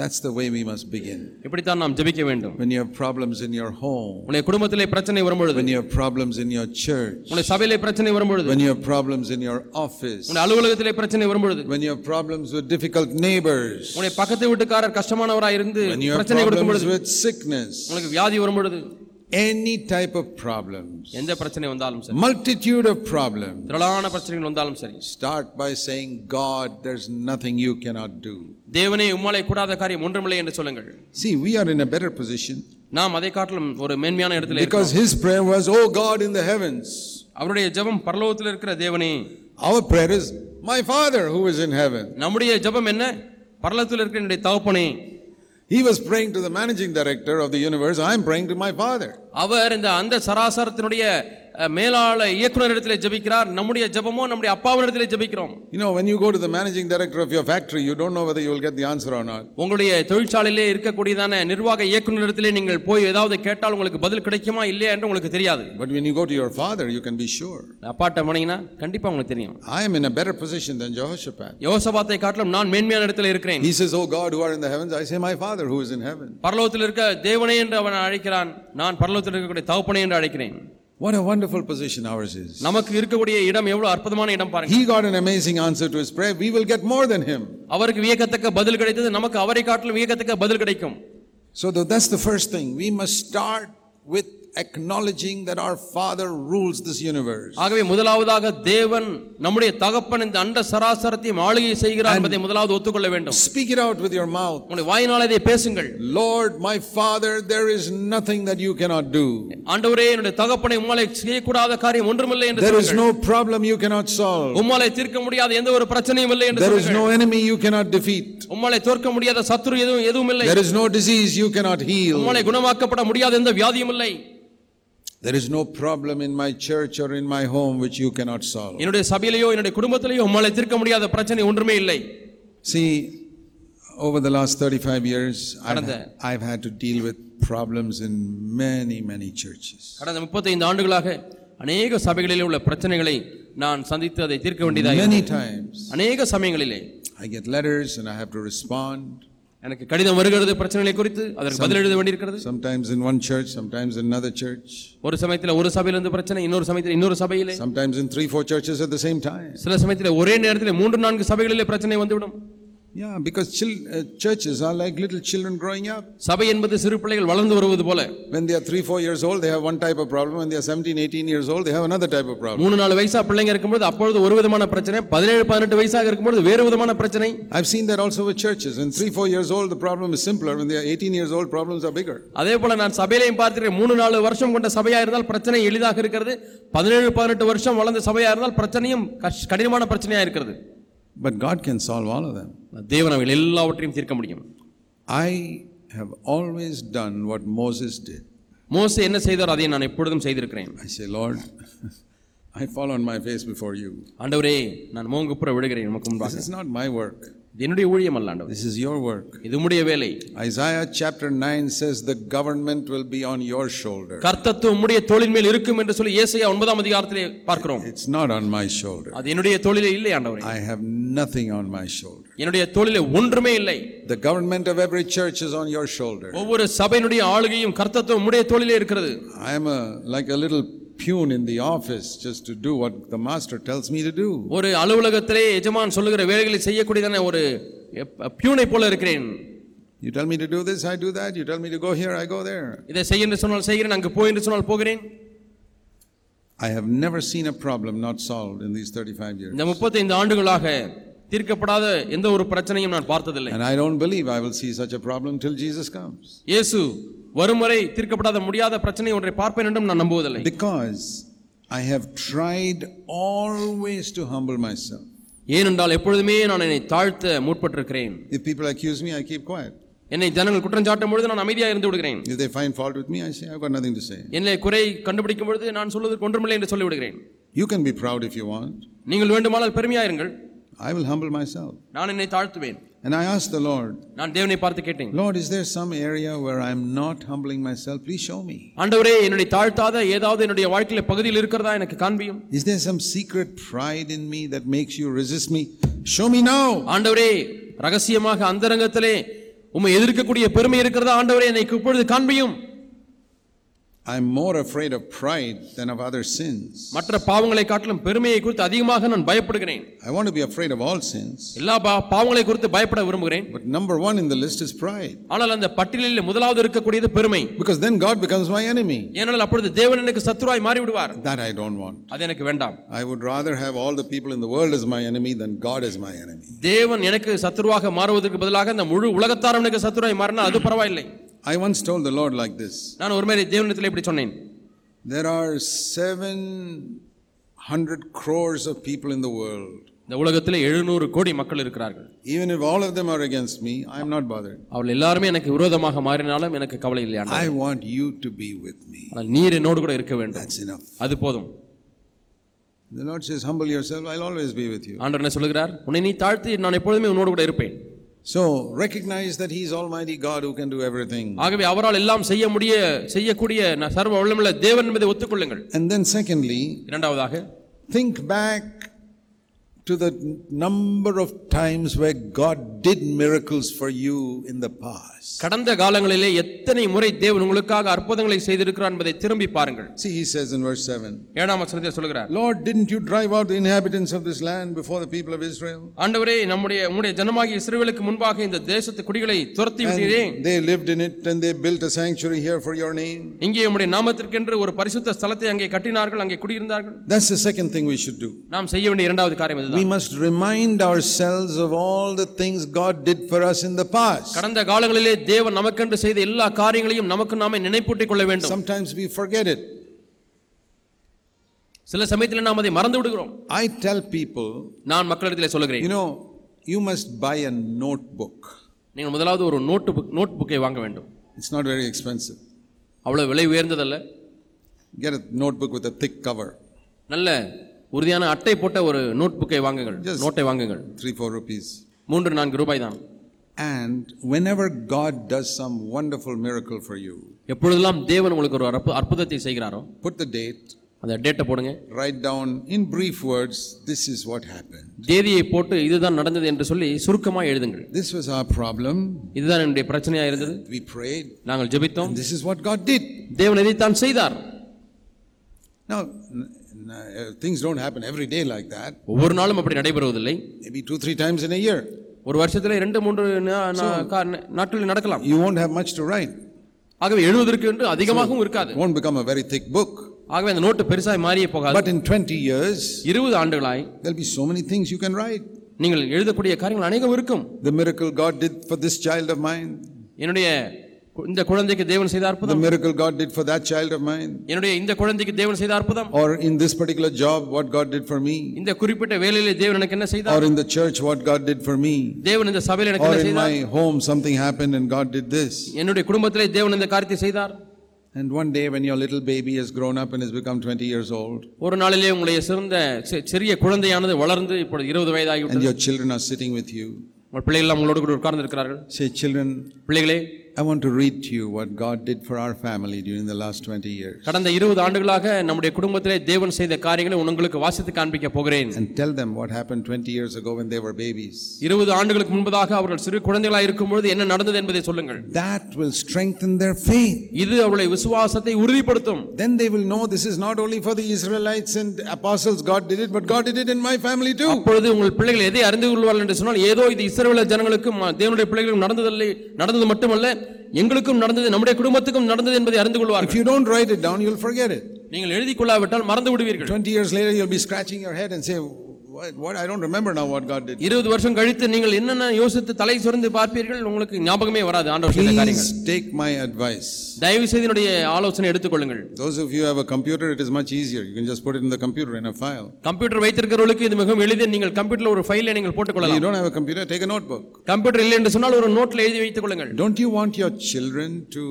S1: That's the way we must begin.
S2: இப்படித்தான் நாம் ஜெபிக்க வேண்டும்
S1: When you have problems in your home,
S2: உன்னுடைய குடும்பத்திலே பிரச்சனை வரும்பொழுது
S1: when you have problems in your church,
S2: உன்னுடைய சபையிலே பிரச்சனை வரும்பொழுது
S1: when you have problems in your office,
S2: உன்னுடைய அலுவலகத்திலே பிரச்சனை வரும்பொழுது
S1: when you have problems with difficult neighbors,
S2: உன்னுடைய பக்கத்து வீட்டுக்காரர் கஷ்டமானவராய் இருந்து
S1: when you have
S2: பிரச்சனை கொடுக்கும்
S1: problems
S2: பொழுது
S1: with sickness,
S2: உங்களுக்கு வியாதி வரும்பொழுது
S1: any type of problems,
S2: எந்த பிரச்சனை வந்தாலும் சரி
S1: multitude of problems,
S2: திரளான பிரச்சனைகள் வந்தாலும் சரி
S1: start by saying, God, there's nothing you cannot do.
S2: தேவனே உம்மாலே கூடாத காரியம் ஒன்றுமில்லை என்று சொல்லுங்கள்
S1: See, we are in a better position
S2: நாம் அதை காட்டிலும் ஒரு மேன்மையான இடத்துல இருக்கோம்
S1: because his prayer was, Oh God in the heavens.
S2: அவருடைய ஜெபம் பரலோகத்தில் இருக்கிற தேவனே
S1: Our prayer is, My Father who is in heaven.
S2: நம்முடைய ஜெபம் என்ன பரலோகத்தில் இருக்கிற என்னுடைய தகப்பனே
S1: He was praying to the managing director of the universe, I'm praying to my Father.
S2: அவர் இந்த அந்த சராசரத்தினுடைய அஹ், மேலாள இயக்குனரிடத்திலே ஜெபிக்கிறார் நம்முடைய ஜெபமோ நம்முடைய அப்பாவினிடத்திலே ஜெபிக்கிறோம்
S1: You know, when you go to the managing director of your factory, you don't know whether you will get the answer or not.
S2: உங்களுடைய தொழிற்சாலையிலே இருக்கக்கூடியதான நிர்வாக இயக்குனரிடத்திலே நீங்கள் போய் ஏதாவது கேட்டால் உங்களுக்கு பதில் கிடைக்குமா இல்லையா என்று உங்களுக்கு தெரியாது
S1: But when you go to your father, you can be sure.
S2: அப்பாட்ட போனீங்கன்னா கண்டிப்பா உங்களுக்கு தெரியும்
S1: I am in a better position than Jehoshaphat.
S2: யோசபாத்தை காட்டிலும் நான் மேன்மையான இடத்துல இருக்கிறேன்
S1: He says, Oh God, who are in the heavens, I say, My Father who is in heaven.
S2: பரலோகத்தில் இருக்க தேவனே என்று அவன் அழைக்கிறான் நான் பரலோகத்தில் இருக்கக்கூடிய தகப்பனே என்று அழைக்கிறேன்
S1: What a wonderful position ours is.
S2: நமக்கு இருக்கக்கூடிய இடம் எவ்வளவு அற்புதமான இடம் பாருங்க
S1: He got an amazing answer to his prayer. We will get more than him.
S2: அவருக்கு வியக்கத்தக்க பதில் கிடைத்தது நமக்கு அவரை காட்டிலும் வியக்கத்தக்க பதில் கிடைக்கும்
S1: So th- that's the first thing. We must start with acknowledging that our Father rules this universe.
S2: ஆகவே முதலாவதாக தேவன் நம்முடைய தகப்பன் இந்த அண்ட சராசரத்தையும் ஆளுகை செய்கிறார் என்பதை முதலாவது ஒத்துக்கொள்ள வேண்டும்
S1: Speak it out with your mouth.
S2: உங்களுடைய வாயினால் இதை பேசுங்கள்
S1: Lord, my Father, there is nothing that you cannot do.
S2: ஆண்டவரே என்னுடைய தகப்பனை உம்மாலே செய்யக்கூடாத காரியம் ஒன்றுமில்லை என்று
S1: There is
S2: சொல்லுங்கள்
S1: no problem you cannot solve.
S2: உம்மாலே தீர்க்க முடியாத எந்த ஒரு பிரச்சனையும் இல்லை என்று
S1: There is no
S2: சொல்லுங்கள்
S1: enemy you cannot defeat.
S2: உம்மாலே தோற்க முடியாத சத்துரு எதுவும் எதுவும் இல்லை
S1: There is no disease you cannot heal.
S2: உம்மாலே குணமாக்கப்பட முடியாத எந்த வியாதியும் இல்லை
S1: There is no problem in my church or in my home which you cannot solve.
S2: என்னுடைய சபையிலேயோ என்னுடைய குடும்பத்திலேயோ உம்மாலே தீர்க்க முடியாத பிரச்சனை ஒன்றுமே இல்லை
S1: See, over the last 35 years, I've,
S2: கடந்த-
S1: I've had to deal with problems in many, many churches.
S2: கடந்த முப்பத்தைந்து ஆண்டுகளாக அநேக சபைகளிலே உள்ள பிரச்சனைகளை நான் சந்தித்து அதை தீர்க்க வேண்டியதாக
S1: Many times,
S2: அநேக சமயங்களிலே
S1: I get letters and I have to respond.
S2: எனக்கு கடிதம் வருகிறது பிரச்சனைகளை குறித்து அதற்கு பதில் எழுத வேண்டியிருக்கிறது
S1: Sometimes in one church, sometimes in another church,
S2: ஒரு சமயத்தில் ஒரு சபையிலிருந்து பிரச்சனை இன்னொரு சமயத்தில் இன்னொரு சபையிலே
S1: sometimes in three, four churches at the same time.
S2: சில சமயத்தில் ஒரே நேரத்தில் மூன்று நான்கு சபைகளிலே பிரச்சனை வந்துவிடும்
S1: Yeah, because chil- uh, churches are like little children growing up.
S2: சபை என்பது சிறு பிள்ளைகள் வளர்ந்து வருவது போல
S1: When they are three, four years old, they have one type of problem. When they are 17, 18 years old, they have another type of problem.
S2: மூணு நாலு வயசா பிள்ளைங்க இருக்கும்போது அப்பொழுது ஒரு விதமான பிரச்சனை பதினேழு பதினெட்டு வயசாக இருக்கும்போது வேறு விதமான பிரச்சனை
S1: I've seen that also with churches. When three, four years old, the problem is simpler. When they are 18 years old, problems are bigger.
S2: அதே போல நான் சபையிலையும் பார்த்திருக்கிறேன் மூணு நாலு வருஷம் கொண்ட சபையா இருந்தால் பிரச்சனை எளிதாக இருக்கிறது பதினேழு பதினெட்டு வருஷம் வளர்ந்த சபையா இருந்தால் பிரச்சனையும் கஷ்- கடினமான பிரச்சனையா இருக்கிறது
S1: But God can solve all of them.
S2: தேவன் அவைகள் எல்லாவற்றையும் தீர்க்க முடியும்
S1: I have always done what Moses did.
S2: மோசே என்ன செய்தார் அதை நான் எப்பொழுதும் செய்திருக்கிறேன்
S1: I say, Lord, I fall on my face before you.
S2: ஆண்டவரே நான் மோங்குப்புற விழுகிறேன் உமக்கு
S1: This
S2: முன்பாக
S1: is not my work,
S2: இது என்னுடைய ஊழியம் அல்ல ஆண்டவர்
S1: this is your work.
S2: இது உம்முடைய வேலை
S1: Isaiah chapter 9 says, The government will be on your shoulder.
S2: கர்த்தத்துவம் உம்முடைய தோளின் மேல் இருக்கும் என்று சொல்லி ஏசாயா ஒன்பதாம் அதிகாரத்திலே பார்க்கிறோம்
S1: It's not on my shoulder.
S2: அது என்னுடைய தோளிலே இல்லை ஆண்டவரே
S1: I have nothing on my shoulder.
S2: என்னுடைய தோளிலே ஒன்றுமே இல்லை
S1: The government of every church is on your shoulder.
S2: ஒவ்வொரு சபையினுடைய ஆளுகையும் கர்த்தத்துவம் உம்முடைய தோளிலே இருக்கிறது
S1: I am a, like a little pune in the office just to do what the master tells me to do.
S2: ஒரு அலுவலகத்திலே எஜமான் சொல்லுகிற வேலைகளை செய்யக்கூடியதான ஒரு பியூனை போல இருக்கிறேன்
S1: You tell me to do this, I do that. You tell me to go here, I go there.
S2: இதை செய்ய என்று சொன்னால் செய்கிறேன் அங்கு போய் என்று சொன்னால் போகிறேன்
S1: I have never seen a problem not solved in these 35 years.
S2: இந்த முப்பத்தைந்து ஆண்டுகளாக தீர்க்கப்படாத எந்த ஒரு பிரச்சனையும் நான் பார்த்ததில்லை
S1: And I don't believe I will see such a problem till Jesus comes.
S2: இயேசு வரும் வரை தீர்க்கப்படாத முடியாத பிரச்சனை ஒன்றை பார்ப்பேன் என்றும் நான் நம்புவதில்லை
S1: Because I have tried always to humble myself.
S2: ஏனென்றால் எப்பொழுதுமே நான் என்னை தாழ்த்த முற்பட்டிருக்கிறேன்
S1: If people accuse me, I keep quiet.
S2: என்னை ஜனங்கள் குற்றம் சாட்டும் பொழுது நான் அமைதியாக இருந்து விடுகிறேன்
S1: If they find fault with me, I say, I've got nothing to say.
S2: என்னை குறை கண்டுபிடிக்கும் பொழுது நான் சொல்வதற்கு ஒன்றுமில்லை என்று சொல்லிவிடுகிறேன்
S1: You can be proud if you want.
S2: நீங்கள் வேண்டுமானால் பெருமையாயிருங்கள்
S1: I will humble myself.
S2: நான் என்னை தாழ்த்துவேன்
S1: And I ask the Lord,
S2: நான் தேவனை பார்த்து கேட்டேன்
S1: Lord, is there some area where I'm not humbling myself? Please show me.
S2: ஆண்டவரே என்னுடைய தாழ்த்தாத ஏதாவது என்னுடைய வாழ்க்கையில பகுதியில் இருக்கிறதா எனக்கு காண்பியும்
S1: Is there some secret pride in me that makes you resist me? Show me now.
S2: ஆண்டவரே ரகசியமாக அந்தரங்கத்திலே உம்மை எதிர்க்கக்கூடிய பெருமை இருக்கிறதா ஆண்டவரே எனக்கு இப்பொழுது காண்பியும்
S1: I'm more afraid of pride than of other sins.
S2: மற்ற பாவங்களை காட்டிலும் பெருமையை குறித்து அதிகமாக நான் பயப்படுகிறேன்
S1: I want to be afraid of all sins.
S2: எல்லா பா- பாவங்களை குறித்து பயப்பட விரும்புகிறேன்
S1: But number one in the list is pride.
S2: ஆனால் அந்த பட்டியலில் முதலாவது இருக்கக்கூடியது பெருமை
S1: Because then God becomes my enemy.
S2: ஏனால் அப்பொழுது தேவன் எனக்கு சத்துருவாய் மாறி விடுவார்
S1: That I don't want.
S2: அது எனக்கு வேண்டாம்
S1: I would rather have all the people in the world as my enemy than God as my enemy.
S2: தேவன் எனக்கு சத்துருவாக மாறுவதற்கு பதிலாக இந்த முழு உலகத்தாரும் எனக்கு சத்துருவாய் மாறினா அது பரவாயில்லை
S1: I once told the Lord like this
S2: நான் ஒரு மாதிரி தேவனிடத்தில் இப்படி சொன்னேன்
S1: There are 700 crores of people in the world.
S2: இந்த உலகத்தில் எழுநூறு கோடி மக்கள் இருக்கிறார்கள்
S1: Even if all of them are against me, I'm not bothered.
S2: அவள் எல்லாருமே எனக்கு விரோதமாக மாறினாலும் எனக்கு கவலை இல்லை ஆண்டவரே.
S1: I want you to be with me.
S2: ஆனால் நீர் என்னோடு கூட இருக்க வேண்டும்
S1: That's enough.
S2: அது போதும்
S1: The Lord says, Humble yourself, I'll always be with you.
S2: ஆண்டவர் என்ன சொல்லுகிறார் உன்னை நீ தாழ்த்தி நான் எப்பொழுதுமே உன்னோடு கூட இருப்பேன்
S1: So recognize that He's Almighty God who can do everything.
S2: ஆகவே அவரால் எல்லாம் செய்ய முடிய செய்யக்கூடிய நான் சர்வ வல்லமுள்ள தேவன் என்பதை ஒத்துக்கொள்ளுங்கள்
S1: And then, secondly,
S2: இரண்டாவதாக
S1: Think back to the number of times where God did miracles for you in the past.
S2: கடந்த காலங்களிலே எத்தனை முறை தேவன் உங்களுக்காக அற்புதங்களை செய்திருக்கிறார் என்பதை திரும்பி பாருங்கள்
S1: See, he says in verse 7
S2: ஏழாம் வசனத்தில் சொல்லுகிறார்
S1: Lord, didn't you drive out the inhabitants of this land before the people of Israel?
S2: ஆண்டவரே நம்முடைய உங்களுடைய ஜனமாகிய இஸ்ரவேலுக்கு முன்பாக இந்த தேசத்து குடிகளை துரத்தி விட்டீரே
S1: And they lived in it and they built a sanctuary here for your name.
S2: இங்கே உம்முடைய நாமத்திற்கென்று ஒரு பரிசுத்த ஸ்தலத்தை அங்கே கட்டினார்கள் அங்கே குடியிருந்தார்கள்
S1: That's the second thing we should do.
S2: நாம் செய்ய வேண்டிய இரண்டாவது காரியம்
S1: We
S2: இதுதான்
S1: must remind ourselves of all the things God did for us in the past.
S2: கடந்த காலங்களிலே தேவன் நமக்கென்று செய்த எல்லா காரியங்களையும் நமக்கு நாமே நினைப்பூட்டிக் கொள்ள வேண்டும்
S1: Sometimes we forget it.
S2: சில சமயத்தில் நாம் அதை மறந்து விடுகிறோம்
S1: I tell people,
S2: நான் மக்களிடத்திலே
S1: you
S2: சொல்லுகிறேன்
S1: know, you must buy a notebook.
S2: நீங்கள் முதலாவது ஒரு நோட்டு புக் நோட் புக்கை வாங்க வேண்டும்
S1: It's not very expensive.
S2: அவ்வளவு விலை உயர்ந்ததல்ல
S1: Get a notebook with a thick cover,
S2: நல்ல உறுதியான அட்டை போட்ட ஒரு நோட் புக்கை வாங்குங்கள்
S1: Yes.
S2: நோட்டை வாங்குங்கள்
S1: three, four rupees.
S2: மூன்று நான்கு ரூபாய் தான்
S1: And whenever God does some wonderful miracle for you,
S2: எப்பொழுதெல்லாம் தேவன் உங்களுக்கு ஒரு அற்பு அற்புதத்தை செய்கிறாரோ
S1: put the date,
S2: அந்த டேட்டை போடுங்க
S1: write down in brief words, this is what happened.
S2: தேதியை போட்டு இதுதான் நடந்தது என்று சொல்லி சுருக்கமாக எழுதுங்கள்
S1: This was our problem.
S2: இதுதான் என்னுடைய பிரச்சனையா இருந்தது
S1: We prayed.
S2: நாங்கள் ஜெபித்தோம்
S1: This is what God did.
S2: தேவன் இதைத்தான் செய்தார்
S1: Now, n- n- uh, things don't happen every day like that.
S2: ஒவ்வொரு நாளும் அப்படி நடைபெறுவதில்லை
S1: Maybe two, three times in a year.
S2: ஒரு வருஷத்துல இரண்டு மூன்று நா- நா- கா- நாட்களில் நடக்கலாம்
S1: You won't have much to write.
S2: ஆகவே எழுதுவதற்கு என்று அதிகமாகவும் இருக்காது
S1: It won't become a very thick book.
S2: ஆகவே அந்த நோட்டு பெருசாய் மாறியே போகாது
S1: But in 20 years,
S2: இருபது ஆண்டுகளாய்
S1: there'll be so many things you can write.
S2: நீங்கள் எழுதக்கூடிய காரியங்கள் அநேகம் இருக்கும்
S1: The miracle God did for this child of mine.
S2: என்னுடைய இந்த குழந்தைக்கு தேவன் செய்த
S1: the
S2: அற்புதம்
S1: miracle God did for that child of mine,
S2: என்னுடைய இந்த குழந்தைக்கு தேவன் செய்த அற்புதம்
S1: or in this particular job, what God did for me,
S2: இந்த குறிப்பிட்ட வேலையிலே தேவன் எனக்கு என்ன
S1: or
S2: செய்தார்
S1: in the church, what God did for me,
S2: தேவன் இந்த சபையில் எனக்கு
S1: or
S2: என்ன
S1: in
S2: செய்தார்
S1: my home, something happened and God did this.
S2: என்னுடைய குடும்பத்திலே தேவன் இந்த காரியத்தை செய்தார்
S1: And one day, when your little baby has grown up and has become 20 years old,
S2: ஒரு நாளிலே உங்களுடைய சிறந்த சி- சிறிய குழந்தையானது வளர்ந்து இப்பொழுது இருபது
S1: and
S2: வயதாகிவிட்டது
S1: your children are sitting with you,
S2: உங்கள் பிள்ளைகள் எல்லாம் உங்களோடு கூட உட்கார்ந்து இருக்கிறார்கள்
S1: say, Children,
S2: பிள்ளைகளே
S1: I want to read to you what God did for our family during the last 20 years.
S2: கடந்த இருபது ஆண்டுகளாக நம்முடைய குடும்பத்திலே தேவன் செய்த காரியங்களை உங்களுக்கு வாசித்து காண்பிக்க போகிறேன்
S1: And tell them what happened 20 years ago when they were babies.
S2: இருபது ஆண்டுகளுக்கு முன்பதாக அவர்கள் சிறு குழந்தைகளாக இருக்கும்பொழுது என்ன நடந்தது என்பதை சொல்லுங்கள்
S1: That will strengthen their faith.
S2: இது அவருடைய விசுவாசத்தை உறுதிப்படுத்தும்
S1: Then they will know this is not only for the Israelites and apostles, God did it, but God did it in my family too.
S2: அப்பொழுது உங்கள் பிள்ளைகள் எதை அறிந்து கொள்வார்கள் என்று சொன்னால் ஏதோ இது இஸ்ரவேல ஜனங்களுக்கும் அஹ், தேவனுடைய பிள்ளைகளுக்கும் நடந்ததில்லை நடந்தது மட்டுமல்ல எங்களுக்கும் நடந்தது நம்முடைய குடும்பத்துக்கும் நடந்தது என்பதை அறிந்து
S1: If
S2: கொள்வார்கள்
S1: you don't write it down, you'll forget it.
S2: நீங்கள் எழுதி கொள்ளாவிட்டால் மறந்து விடுவீர்கள்
S1: 20 years later, you'll be scratching your head and say, What? what? I don't remember now what God did.
S2: இருபது வருஷம் கழித்து நீங்கள் என்னென்ன யோசித்து தலை சுரந்து பார்ப்பீர்கள் உங்களுக்கு ஞாபகமே வராது ஆண்டவர் செய்த காரியங்கள்
S1: Please take my advice.
S2: தயவு செய்து என்னுடைய ஆலோசனை எடுத்துக்கொள்ளுங்கள்
S1: Those of you who have a computer, it is much easier. You can just put it in the computer in a file.
S2: Computer வைத்திருக்கிறவர்களுக்கு இது மிகவும் எளிது நீங்கள் கம்ப்யூட்டர்ல ஒரு ஃபைலை நீங்கள்
S1: If you
S2: போட்டுக்கொள்ளலாம்
S1: don't have a computer, take a notebook.
S2: Computer இல்லை என்று சொன்னால் ஒரு நோட்ல எழுதி வைத்துக் கொள்ளுங்கள்
S1: Don't you want your children to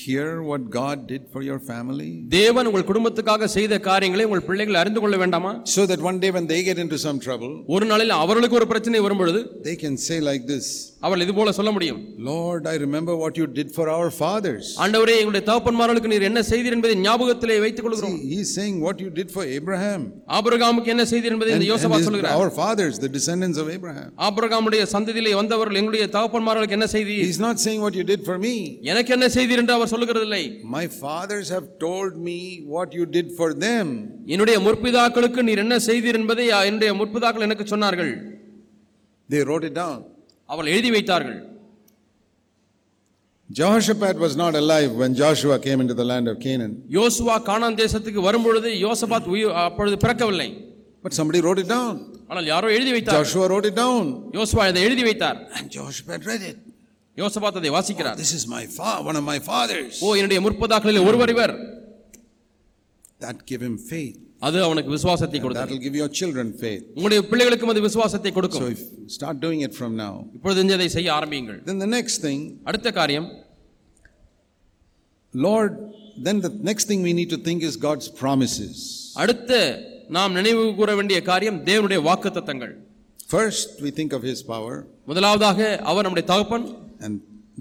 S1: hear what God did for your family?
S2: தேவன் உங்கள் குடும்பத்துக்காக செய்த காரியங்களை உங்கள் பிள்ளைகள் அறிந்து கொள்ள வேண்டாமா
S1: So that one day when they get into some trouble,
S2: ஒரு நாளில் அவர்களுக்கு ஒரு பிரச்சனை வரும்பொழுது
S1: they can say like this
S2: அவர்கள் இது போல சொல்ல முடியும்
S1: Lord, I remember what you did for our fathers.
S2: ஆண்டவரே எங்களுடைய தகப்பன்மார்களுக்கு நீர் என்ன செய்தீர் என்பதை ஞாபகத்திலே வைத்துக் கொள்கிறோம்
S1: He's saying what you did for Abraham.
S2: ஆபிரகாமுக்கு என்ன செய்தீர் என்பதை இந்த
S1: And
S2: யோசபா
S1: his-
S2: சொல்கிறார்
S1: our fathers, the descendants of Abraham.
S2: ஆபிரகாமுடைய சந்ததியிலே வந்தவர்கள் எங்களுடைய தகப்பன்மார்களுக்கு என்ன செய்தீர்
S1: He's not saying what you did for me.
S2: எனக்கு என்ன செய்தீர் என்று அவர் சொல்லுகிறதில்லை
S1: My fathers have told me what you did for them.
S2: என்னுடைய முற்பிதாக்களுக்கு நீர் என்ன செய்தீர் என்பதை என்னுடைய முற்பிதாக்கள் எனக்கு சொன்னார்கள்
S1: They wrote it down.
S2: அவர்கள் எழுதி வைத்தார்கள்
S1: Jehoshaphat was not alive when Joshua came into the land of Canaan,
S2: யோசுவா கானான் தேசத்துக்கு வரும்பொழுது யோசபாத் உயி- அப்பொழுது பிறக்கவில்லை
S1: but somebody wrote it down.
S2: ஆனால் யாரோ எழுதி வைத்தார்
S1: Joshua wrote it down.
S2: யோசுவா இதை எழுதி வைத்தார்
S1: And Jehoshaphat read it.
S2: யோசபாத் அதை வாசிக்கிறார்
S1: This is my fa, one of my fathers.
S2: ஓ என்னுடைய முற்பதாக்களில் ஒருவர் இவர்
S1: That give him faith.
S2: அது அவனுக்கு விசுவாசத்தை கொடுத்தது
S1: That'll give your children faith.
S2: உங்களுடைய பிள்ளைகளுக்கும் அது விசுவாசத்தை
S1: So
S2: கொடுக்கும்
S1: if start doing it from now.
S2: இப்பொழுது இருந்து அதை செய்ய ஆரம்பியுங்கள்
S1: Then the next thing,
S2: அடுத்த காரியம்
S1: Lord, then the next thing we need to think is God's promises.
S2: அடுத்த நாம் நினைவு கூற வேண்டிய காரியம் தேவனுடைய வாக்கு தத்தங்கள்
S1: First, we think of his power
S2: முதலாவதாக அவர் நம்முடைய தகப்பன்
S1: and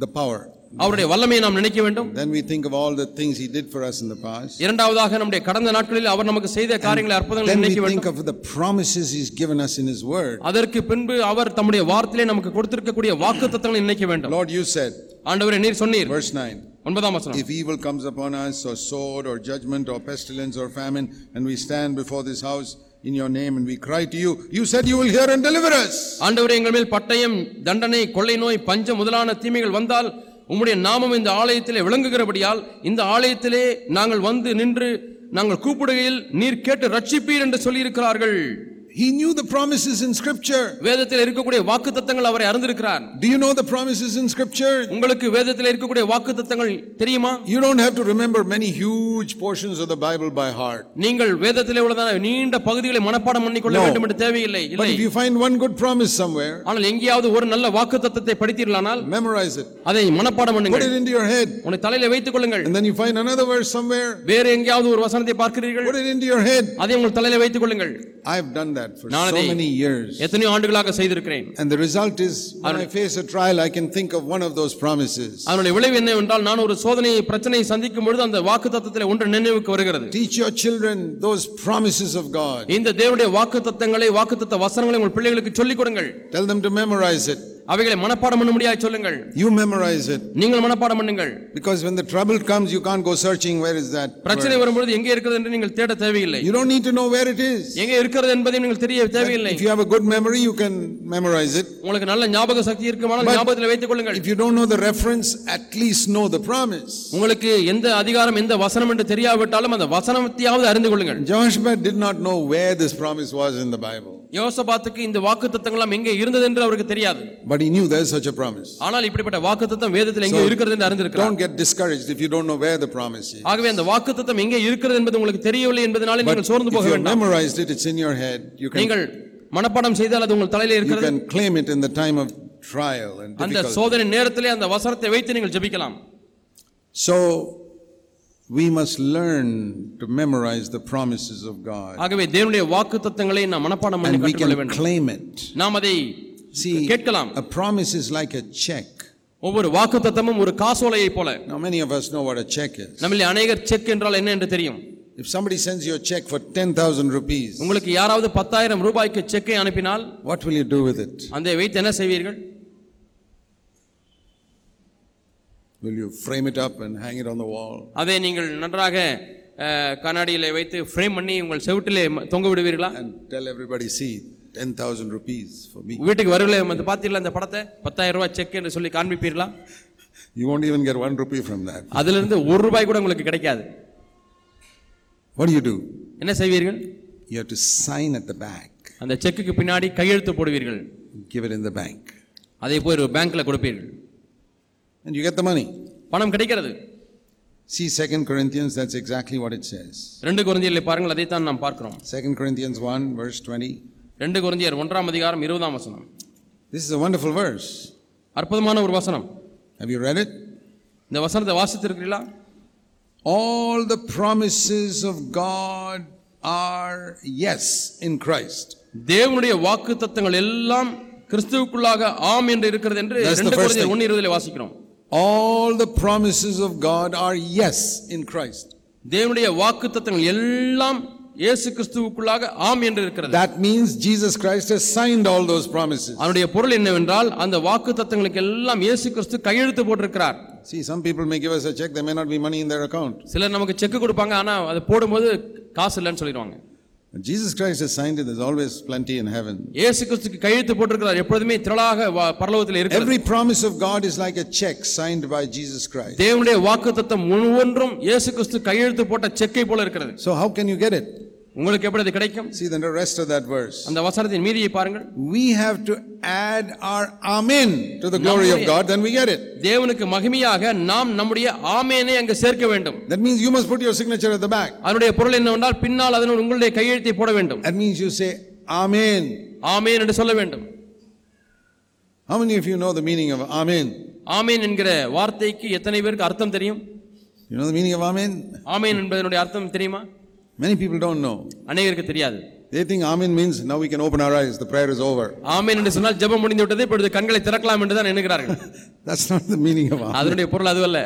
S1: the power.
S2: அவருடைய வல்லமையை நாம் நினைக்க வேண்டும்
S1: Then we think of all the things he did for us in the past.
S2: இரண்டாவதாக நம்முடைய கடந்த நாட்களில் அவர் நமக்கு செய்த காரியங்களை அற்புதங்களை
S1: Then we
S2: நினைக்க
S1: think
S2: வேண்டும்
S1: of the promises he's given us in his word.
S2: அதற்கு பின்பு அவர் தம்முடைய வார்த்தையிலே நமக்கு கொடுத்திருக்கக்கூடிய வாக்கு தத்தங்களை நினைக்க வேண்டும்
S1: Lord, you said,
S2: ஆண்டவரே நீர் சொன்னீர்
S1: verse 9.
S2: ஒன்பதாம் வசனம்
S1: If evil comes upon us, or sword, or judgment, or pestilence, or famine, and we stand before this house in your name and we cry to you, you said you will hear and deliver us.
S2: ஆண்டவரே எங்கள் மேல் பட்டயம் தண்டனை கொள்ளை நோய் பஞ்சம் முதலான தீமைகள் வந்தால் உம்முடைய நாமம் இந்த ஆலயத்திலே விளங்குகிறபடியால் இந்த ஆலயத்திலே நாங்கள் வந்து நின்று நாங்கள் கூப்பிடுகையில் நீர் கேட்டு ரட்சிப்பீர் என்று சொல்லியிருக்கிறார்கள்
S1: He knew the promises in Scripture.
S2: வேதத்தில் இருக்கக்கூடிய வாக்கு தத்தங்கள் அவரை அறிந்திருக்கிறார்
S1: Do you know the promises in Scripture?
S2: உங்களுக்கு வேதத்தில் இருக்கக்கூடிய வாக்கு தத்தங்கள் தெரியுமா
S1: You don't have to remember many huge portions of the Bible by heart.
S2: நீங்கள் வேதத்திலே உள்ளதான நீண்ட பகுதிகளை மனப்பாடம் பண்ணிக்கொள்ள
S1: No.
S2: வேண்டும் என்று தேவையில்லை
S1: But
S2: இல்லை
S1: if you find one good promise somewhere,
S2: ஆனால் எங்கேயாவது ஒரு நல்ல வாக்கு தத்தத்தை படித்தீர்களானால்
S1: memorize it,
S2: அதை மனப்பாடம்
S1: put
S2: பண்ணுங்கள்
S1: it into your head,
S2: உங்களை தலையில வைத்துக் கொள்ளுங்கள்
S1: and then you find another verse somewhere,
S2: வேறு எங்கேயாவது ஒரு வசனத்தை பார்க்கிறீர்கள்
S1: put it into your head.
S2: அதை உங்கள் தலையில வைத்துக் கொள்ளுங்கள்
S1: I've done that for so
S2: நானதே.
S1: many years.
S2: எத்தனையோ ஆண்டுகளாக செய்திருக்கிறேன்
S1: And the result is, when I face a trial, I can think of one of those promises.
S2: அதனுடைய விளைவு என்னவென்றால் நான் ஒரு சோதனையை பிரச்சனையை சந்திக்கும் பொழுது அந்த வாக்கு தத்தத்தில் ஒன்று நினைவுக்கு வருகிறது
S1: Teach your children those promises of God.
S2: இந்த தேவனுடைய வாக்கு தத்தங்களை வாக்கு தத்த வசனங்களை உங்கள் பிள்ளைகளுக்கு சொல்லிக் கொடுங்கள்
S1: Tell them to memorize it.
S2: அவைகளை மனப்பாடம் பண்ண முடியாது சொல்லுங்கள்
S1: You memorize it.
S2: நீங்கள் மனப்பாடம் பண்ணுங்கள்
S1: Because when the trouble comes, you can't go searching where is that.
S2: பிரச்சனை வரும்பொழுது எங்கே இருக்கிறது என்று நீங்கள் தேட தேவையில்லை
S1: You don't need to know where it is.
S2: எங்கே இருக்கிறது என்பதை நீங்கள் தெரிய தேவையில்லை
S1: If you have a good memory, you can memorize it.
S2: உங்களுக்கு நல்ல ஞாபக சக்தி இருக்குமானால் ஞாபகத்தில் வைத்துக் கொள்ளுங்கள்
S1: If you don't know the reference, at least know the promise.
S2: உங்களுக்கு எந்த அதிகாரம் எந்த வசனம் என்று தெரியாவிட்டாலும் அந்த வசனத்தையாவது அறிந்து கொள்ளுங்கள்
S1: Jehoshaphat did not know where this promise was in the Bible.
S2: யோசபாத்துக்கு இந்த வாக்குத்தத்தங்கள்லாம் எங்கே இருந்தது என்று அவருக்கு தெரியாது
S1: But he knew there is such a promise.
S2: ஆனால் இப்படிப்பட்ட வாக்குத்தத்தம் வேதத்தில் எங்கே இருக்கிறது என்று அறிந்திருக்கிறார்
S1: Don't get discouraged if you don't know where the promise is.
S2: ஆகவே அந்த வாக்குத்தத்தம் எங்கே இருக்கிறது என்பது உங்களுக்கு தெரியவில்லை என்பதனால நீங்கள் சோர்ந்து
S1: If
S2: போக
S1: you have
S2: வேண்டாம்
S1: memorized it, it's in your head. You can,
S2: நீங்கள் மனப்பாடம் செய்தால் அது உங்கள் தலையில
S1: you
S2: இருக்கிறது
S1: can claim it in the time of trial and
S2: அந்த
S1: difficulty.
S2: சோதனை நேரத்திலே அந்த வசனத்தை வைத்து நீங்கள் ஜெபிக்கலாம்
S1: So, we must learn to memorize the promises of God.
S2: ஆகவே தேவனுடைய வாக்குத்தத்தங்களை நாம் மனப்பாடம் பண்ணி
S1: And we
S2: கற்றுக்கொள்ள
S1: can
S2: வேண்டும்
S1: claim it.
S2: நாம் அதை
S1: See, uh,
S2: கேட்கலாம்
S1: a promise is like a check.
S2: ஒவ்வொரு வாக்குத்தத்தமும் ஒரு காசோலையை போல
S1: Now, many of us know what a check is.
S2: நம்மில் அநேகர் செக் என்றால் என்ன என்று தெரியும்
S1: If somebody sends you a check for 10,000 rupees,
S2: உங்களுக்கு யாராவது பத்தாயிரம் ரூபாய்க்கு செக்கை அனுப்பினால்
S1: what will you do with it?
S2: அந்த வைத்து என்ன செய்வீர்கள்
S1: Will you frame it up and hang it on the wall?
S2: அதை நீங்கள் நன்றாக அஹ், கண்ணாடியிலே வைத்து ஃப்ரேம் பண்ணி உங்கள் செவுட்டிலே ம- தொங்க விடுவீர்களா
S1: And tell everybody, see, 10,000 rupees for me.
S2: வீட்டுக்கு வரவில்லை வந்து பார்த்தீங்களா அந்த படத்தை பத்தாயிரம் ரூபாய் செக் என்று சொல்லி காண்பிப்பீர்களா
S1: You won't even get one rupee from that.
S2: அதிலிருந்து ஒரு ரூபாய் கூட உங்களுக்கு கிடைக்காது
S1: What do you do?
S2: என்ன செய்வீர்கள்
S1: You have to sign at the back,
S2: அந்த செக்குக்கு பின்னாடி கையெழுத்து போடுவீர்கள்
S1: give it in the bank,
S2: அதை போய் ஒரு பேங்க்ல கொடுப்பீர்கள்
S1: and you get the money.
S2: பணம் கிடைக்கிறது
S1: See, 2 Corinthians, that's exactly what it says.
S2: ரெண்டு குருந்தியர்களை பாருங்கள் அதைத்தான் நாம் பார்க்கிறோம்
S1: 2 Corinthians 1, verse 20.
S2: ரெண்டு குருந்தியர் ஒன்றாம் அதிகாரம் இருபதாம் வசனம்
S1: This is a wonderful verse.
S2: அற்புதமான ஒரு வசனம்
S1: Have you read it?
S2: இந்த வசனத்தை வாசித்திருக்கிறீர்களா
S1: All the promises of God are yes in Christ.
S2: தேவனுடைய வாக்கு தத்தங்கள் எல்லாம் கிறிஸ்துவுக்குள்ளாக ஆம் என்று இருக்கிறது என்று
S1: That's the
S2: ரெண்டு
S1: first
S2: குருந்தியர்
S1: thing.
S2: ஒன்று இருபதிலே வாசிக்கிறோம்
S1: All the promises of God are yes in Christ.
S2: தேவனுடைய வாக்கு தத்தங்கள் எல்லாம் இயேசு கிறிஸ்துவுக்குள்ளாக ஆம் என்று இருக்கிறது
S1: That means Jesus Christ has signed all those promises.
S2: அதனுடைய பொருள் என்னவென்றால் அந்த வாக்கு தத்தங்களுக்கு எல்லாம் இயேசு கிறிஸ்து கையெழுத்து போட்டிருக்கிறார்
S1: See, some people may give us a check, there may not be money in their account.
S2: சிலர் நமக்கு செக் கொடுப்பாங்க ஆனா அது போடும்போது காசு இல்லைன்னு சொல்லிடுவாங்க
S1: But Jesus Christ has signed it, there's always plenty in heaven.
S2: இயேசு கிறிஸ்துக்கு கையெழுத்து போட்டிருக்கிறார் எப்பொழுதுமே திரளாக வ- பரலோகத்தில் இருக்கிறது
S1: Every promise of God is like a check signed by Jesus Christ.
S2: தேவனுடைய வாக்கு தத்தம் ஒவ்வொன்றும் இயேசு கிறிஸ்து கையெழுத்து போட்ட செக்கை போல இருக்கிறது
S1: So, how can you get it?
S2: உங்களுக்கு எப்படி அது கிடைக்கும்
S1: See, then the rest of that verse.
S2: அந்த வசனத்தின் மீதியை பாருங்கள்
S1: We have to add our Amen to the glory of God, then we get it.
S2: தேவனுக்கு மகிமையாக நாம் நம்முடைய ஆமேனை அங்கு சேர்க்க வேண்டும்
S1: That means you must put your signature at the back.
S2: அதனுடைய பொருள் என்னவென்றால் பின்னால் அதனுடைய உங்களுடைய கையெழுத்தை போட வேண்டும்
S1: That means you say Amen.
S2: ஆமேன் என்று சொல்ல வேண்டும்
S1: How many of you know the meaning of Amen?
S2: ஆமேன் என்கிற வார்த்தைக்கு எத்தனை பேருக்கு அர்த்தம் தெரியும்
S1: You know the meaning of Amen?
S2: ஆமேன் என்பதனுடைய அர்த்தம் தெரியுமா
S1: Many people don't know.
S2: அநேகருக்கு தெரியாது
S1: They think Amen means now we can open our eyes, the prayer is over.
S2: ஆமேன் என்று சொன்னால் ஜெபம் முடிந்து விட்டது இப்பொழுது கண்களை திறக்கலாம் என்று தான் எண்ணுகிறார்கள்
S1: That's not the meaning of Amen.
S2: அதனுடைய பொருள் அதுவல்ல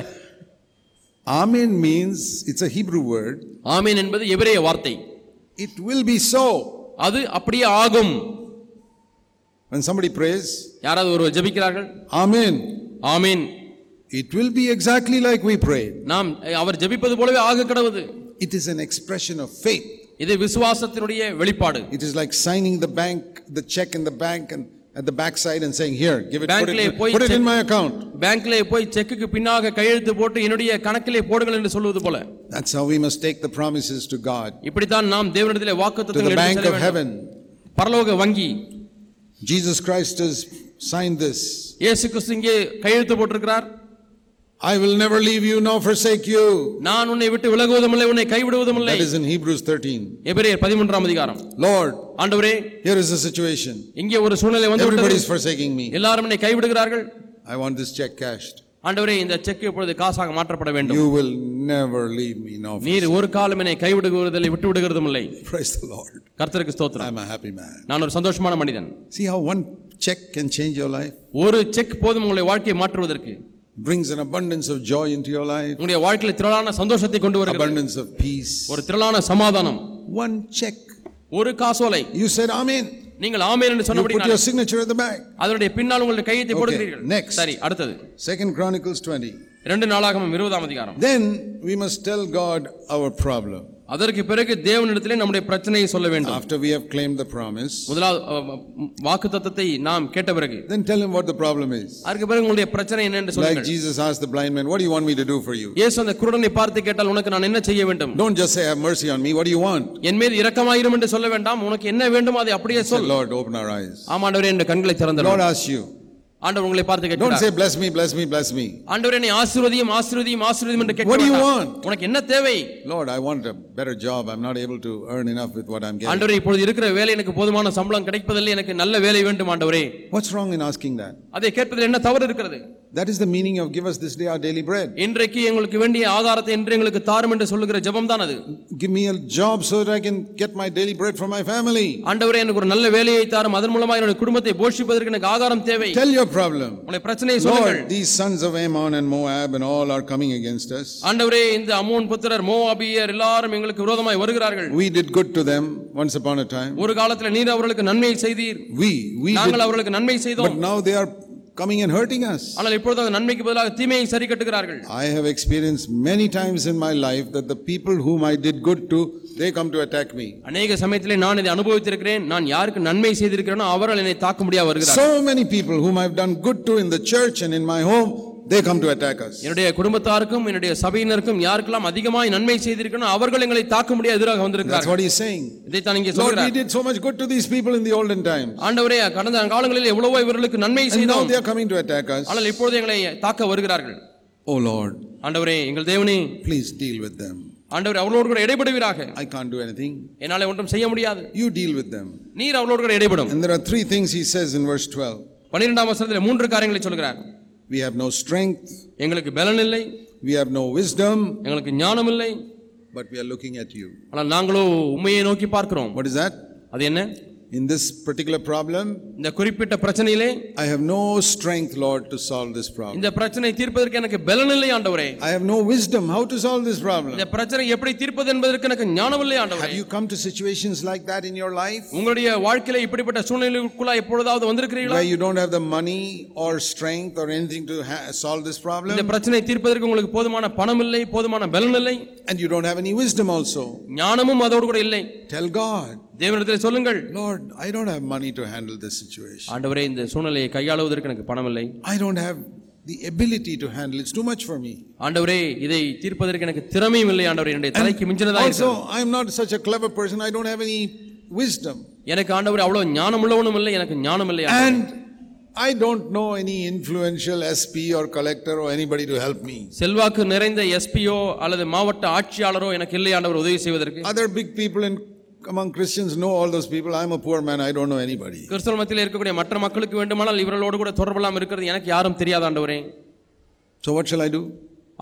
S1: Amen means, it's a Hebrew word,
S2: ஆமேன் என்பது எபிரேய வார்த்தை
S1: it will be so.
S2: அது அப்படியே ஆகும்
S1: When somebody prays,
S2: யாராவது ஒருவர் ஜெபிக்கிறார்கள்
S1: Amen,
S2: amen
S1: it will be exactly like we prayed.
S2: நாம் அவர் ஜெபிப்பது போலவே ஆக கடவுது
S1: It is an expression of faith.
S2: இது விசுவாசத்தினுடைய வெளிப்பாடு
S1: It is like signing the bank, the check in the bank and at the backside and saying, here, give it, put
S2: Bankலே
S1: it,
S2: போய்
S1: put it in
S2: check-
S1: my account.
S2: பேங்க்ல போய் செக்குக்கு பின்னாக கையெழுத்து போட்டு என்னுடைய கணக்கிலே போடுங்கள் என்று சொல்வது போல
S1: That's how we must take the promises to God,
S2: இப்படித்தான் நாம்
S1: to
S2: தேவனிடத்திலே
S1: the bank of
S2: வாக்குத்தத்தங்கள்
S1: heaven.
S2: பரலோக வங்கி
S1: Jesus Christ has signed this.
S2: இயேசு கிறிஸ்து இங்கே கையெழுத்து போட்டிருக்கிறார்
S1: I will never leave you nor forsake you.
S2: நான் உன்னை விட்டு விலகுவதும் இல்லை உன்னை கைவிடுவதும் இல்லை
S1: That is in Hebrews 13.
S2: எபிரேயர் பதிமூன்றாம் அதிகாரம்
S1: Lord,
S2: ஆண்டவரே
S1: here is the situation.
S2: இங்கே ஒரு சூழ்நிலை வந்து
S1: Everybody
S2: விட்டது
S1: is forsaking me.
S2: எல்லாரும் என்னை கைவிடுகிறார்கள்
S1: I want this check cashed.
S2: ஆண்டவரே இந்த செக் இப்பொழுது காசாக மாற்றப்பட வேண்டும்
S1: You will never leave me nor forsake
S2: நீர் ஒரு காலம் என்னை கைவிடுகிறதில்லை விட்டு விடுகிறதும் இல்லை
S1: me. Praise the Lord.
S2: கர்த்தருக்கு ஸ்தோத்திரம்
S1: I'm a happy man.
S2: நான் ஒரு சந்தோஷமான மனிதன்
S1: See how one check can change your life?
S2: ஒரு செக் போதும் உங்களுடைய வாழ்க்கையை மாற்றுவதற்கு
S1: Brings an abundance of joy into your life,
S2: உங்களுடைய வாழ்க்கையில திரளான சந்தோஷத்தை கொண்டு வருகிறது
S1: abundance of peace.
S2: ஒரு திரளான சமாதானம்
S1: One check.
S2: ஒரு காசோலை
S1: You said amen.
S2: நீங்கள் ஆமேன்
S1: You put
S2: என்று
S1: your
S2: சொன்னபடி
S1: signature at the back.
S2: அதனுடைய பின்னால் உங்களுடைய கையத்தை
S1: Okay,
S2: போடுகிறீர்கள்
S1: next.
S2: சரி அடுத்தது
S1: Second Chronicles 20.
S2: இரண்டு நாளாகவும் இருபதாம் அதிகாரம்
S1: Then we must tell God our problem.
S2: அதற்கு பிறகு தேவனிடத்திலே நம்முடைய பிரச்சனையை சொல்ல வேண்டும்
S1: After we have claimed the promise,
S2: முதலாவது வாக்கு தத்தத்தை நாம் கேட்ட பிறகு
S1: then tell him what the problem is.
S2: அதற்கு பிறகு உங்களுடைய பிரச்சனை என்ன என்று
S1: Like
S2: சொல்லுங்கள்
S1: Jesus asked the blind man, What do you want me to do for you?
S2: இயேசு அந்த குருடனை பார்த்து கேட்டால் உனக்கு நான் என்ன செய்ய வேண்டும்
S1: Don't just say, Have mercy on me. What do you want?
S2: என் மீது இரக்கமாயிரும் என்று சொல்ல வேண்டாம் உனக்கு என்ன வேண்டுமோ அதை அப்படியே
S1: Say,
S2: சொல்
S1: Lord, open our eyes.
S2: ஆமாண்டவரே என்ற கண்களை
S1: The
S2: திறந்தவர்
S1: Lord asks you,
S2: ஆண்டவர் உங்களை பார்த்து
S1: Don't
S2: கேட்கிறார்
S1: say, Bless me, bless me, bless me.
S2: ஆண்டவரே என்னை ஆசீர்வதியும் ஆசீர்வதியும் ஆசீர்வதியும் என்று கேட்க
S1: What do you
S2: வேண்டாம்.
S1: want?
S2: உனக்கு என்ன தேவை
S1: Lord, I want a better job. I'm not able to earn enough with what I'm getting.
S2: ஆண்டவரே இப்பொழுது இருக்கிற வேலை எனக்கு போதுமான சம்பளம் கிடைப்பதில்லை எனக்கு நல்ல வேலை வேண்டும் ஆண்டவரே
S1: What's wrong in asking that?
S2: அதை கேட்பதில் என்ன தவறு இருக்கிறது
S1: That is the meaning of give us this day our daily bread.
S2: இன்றைக்கு எங்களுக்கு வேண்டிய ஆதாரத்தை இன்று எங்களுக்கு தாரும் என்று சொல்லுகிற ஜெபம் தான் அது
S1: Give me a job so that I can get my daily bread for my family.
S2: ஆண்டவரே எனக்கு ஒரு நல்ல வேலையை தாரும் அதன் மூலமா என்னுடைய குடும்பத்தை போஷிப்பதற்கு எனக்கு ஆதாரம் தேவை
S1: Tell your problem.
S2: உங்களுடைய பிரச்சனையை சொல்லுங்கள்
S1: Lord, these sons of Ammon and Moab and all are coming against us.
S2: ஆண்டவரே இந்த அமோன் புத்திரர் மோவாபியர் எல்லாரும் எங்களுக்கு விரோதமாய் வருகிறார்கள்
S1: We did good to them once upon a time.
S2: ஒரு காலத்துல நீர் அவர்களுக்கு நன்மை செய்தீர்
S1: We, we did.
S2: நாங்கள் அவர்களுக்கு நன்மை
S1: But
S2: செய்தோம்
S1: now they are coming and hurting us.
S2: ஆனால் இப்பொழுது அந்த நன்மைக்கு பதிலாக தீமையை சரி கட்டுகிறார்கள்
S1: I have experienced many times in my life that the people whom I did good to, they come to attack me.
S2: அநேக சமயத்திலே நான் இதை அனுபவித்திருக்கிறேன் நான் யாருக்கு நன்மை செய்திருக்கிறேனோ அவர்கள் என்னை தாக்க முடியாது வருகிறார்
S1: So many people whom I've done good to in the church and in my home, they come to attack us.
S2: என்னுடைய குடும்பத்தாருக்கும் என்னுடைய சபையினருக்கும் யாருக்கெல்லாம் அதிகமாய் நன்மை செய்திருக்கனோ அவர்கள் எங்களை தாக்க முடியாது எதிராக
S1: That's
S2: வந்திருக்கிறார்கள்
S1: what he's saying.
S2: இதைத்தான் இங்கே
S1: Lord, we
S2: சொல்கிறார்
S1: did so much good to these people in the olden time.
S2: ஆண்டவரே கடந்த காலங்களில் எவ்வளவோ இவர்களுக்கு நன்மை
S1: And now
S2: செய்தோம்
S1: they are coming to attack us.
S2: ஆனால் இப்பொழுது எங்களை தாக்க வருகிறார்கள்
S1: Oh Lord,
S2: ஆண்டவரே எங்கள் தேவனே
S1: please deal with them.
S2: ஆண்டவரே அவர்களோடு கூட இடைபடுவீராக
S1: I can't do anything.
S2: என்னால ஒன்றும் செய்ய முடியாது
S1: You deal with them.
S2: நீர் அவர்களோடு கூட இடைப்படும்
S1: And there are three things he says in verse 12.
S2: பன்னிரெண்டாம் வசனத்தில் மூன்று காரியங்களை சொல்கிறார்
S1: We have no strength,
S2: எங்களுக்கு பலன் இல்லை
S1: we have no wisdom,
S2: எங்களுக்கு ஞானம் இல்லை
S1: but we are looking at you.
S2: ஆனால் நாங்களோ உண்மையை நோக்கி பார்க்கிறோம்
S1: What is that?
S2: அது என்ன
S1: In this particular problem,
S2: இந்த குறிப்பிட்ட பிரச்சனையிலே
S1: I have no strength, Lord, to solve this problem.
S2: இந்த பிரச்சனை தீர்ப்பதற்கு எனக்கு பலன் இல்லை ஆண்டவரே
S1: I have no wisdom how to solve this problem.
S2: இந்த பிரச்சனை எப்படி தீர்ப்பது என்பதற்கு எனக்கு ஞானம் இல்லை
S1: Have
S2: ஆண்டவரே
S1: you come to situations like that in your life
S2: உங்களுடைய வாழ்க்கையில இப்படிப்பட்ட சூழ்நிலைக்குள்ளா எப்பொழுதாவது வந்திருக்கிறீர்களா
S1: where you don't have the money or strength or anything to ha- solve this
S2: இந்த
S1: problem
S2: பிரச்சனையை தீர்ப்பதற்கு உங்களுக்கு போதுமான பணம் இல்லை போதுமான பலன் இல்லை
S1: and you don't have any wisdom also?
S2: ஞானமும் அதோடு கூட இல்லை
S1: Tell God,
S2: தேவனிடத்தில் சொல்லுங்கள்
S1: Lord, I don't have money to handle this situation.
S2: ஆண்டவரே இந்த சூழ்நிலையை கையாளுவதற்கு எனக்கு பணம் இல்லை
S1: I don't have the ability to handle it. It's too much for me.
S2: ஆண்டவரே இதை தீர்ப்பதற்கு எனக்கு திறமையும் இல்லை ஆண்டவரே என்னுடைய தலைக்கு மிஞ்சினதா இருக்கு
S1: Also, I'm not such a clever person. I don't have any wisdom.
S2: எனக்கு ஆண்டவரே அவ்வளவு ஞானம் உள்ளவனும் இல்லை எனக்கு ஞானம் இல்லை ஆண்டவரே.
S1: And I don't know any influential SP or collector or anybody to help me.
S2: செல்வாக்கு நிறைந்த எஸ்பியோ அல்லது மாவட்ட ஆட்சியாளரோ எனக்கு இல்லை ஆண்டவர் உதவி செய்வதற்கு
S1: Other big people in, among Christians know all those people. I'm a poor man. I don't know anybody.
S2: கிறிஸ்தவ மத்தியில் இருக்கக்கூடிய மற்ற மக்களுக்கு வேண்டுமானால் இவர்களோடு கூட தொடர்பெல்லாம் இருக்கிறது எனக்கு யாரும் தெரியாது ஆண்டவரே
S1: So what shall I do?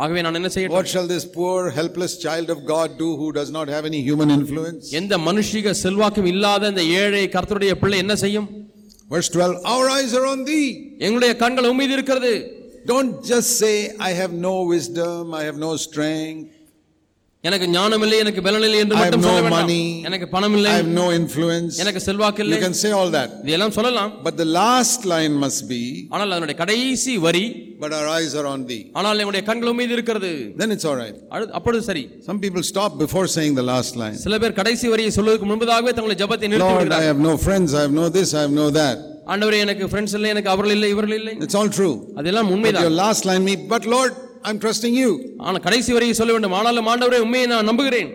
S2: ஆகவே நான் என்ன செய்ய
S1: What shall this poor, helpless child of God do who does not have any human influence?
S2: எந்த மனுஷிக செல்வாக்கும் இல்லாத இந்த ஏழை கர்த்தருடைய பிள்ளை என்ன செய்யும்
S1: Verse 12 Our eyes are on thee.
S2: எங்களுடைய கண்கள் உன் மீது இருக்கிறது
S1: Don't just say, I have no wisdom, I have no strength,
S2: எனக்கு ஞானம் இல்லை எனக்கு பலன் இல்லை என்று
S1: I have
S2: மட்டும்
S1: no
S2: சொல்ல வேண்டாம்
S1: money.
S2: எனக்கு பணம் இல்லை
S1: I have no influence.
S2: எனக்கு செல்வாக்கு
S1: You
S2: இல்லை
S1: can say all that.
S2: இதெல்லாம் சொல்லலாம்
S1: But the last line must be,
S2: ஆனால் அதனுடைய கடைசி வரி
S1: But our eyes are on thee.
S2: ஆனால் எங்களுடைய கண்கள் உன் மீது இருக்கிறது
S1: Then it's all right.
S2: அடு- அப்பொழுது சரி
S1: Some people stop before saying the last line.
S2: சில பேர் கடைசி வரியை சொல்வதற்கு முன்பதாகவே தங்களுடைய ஜெபத்தை
S1: Lord,
S2: நிறுத்தி
S1: I
S2: விடுகிறார்கள்
S1: have no friends, I have no this, I have no that.
S2: ஆண்டவரே எனக்கு ஃப்ரெண்ட்ஸ் இல்லை எனக்கு அவர்கள் இல்லை இவர்கள் இல்லை
S1: It's all true.
S2: அதெல்லாம்
S1: But your
S2: உண்மைதான்
S1: last line, me, but Lord, I'm trusting you.
S2: ஆனா கடைசி வரையை சொல்ல வேண்டும் ஆனாலும் ஆண்டவரே உண்மையை நான் நம்புகிறேன்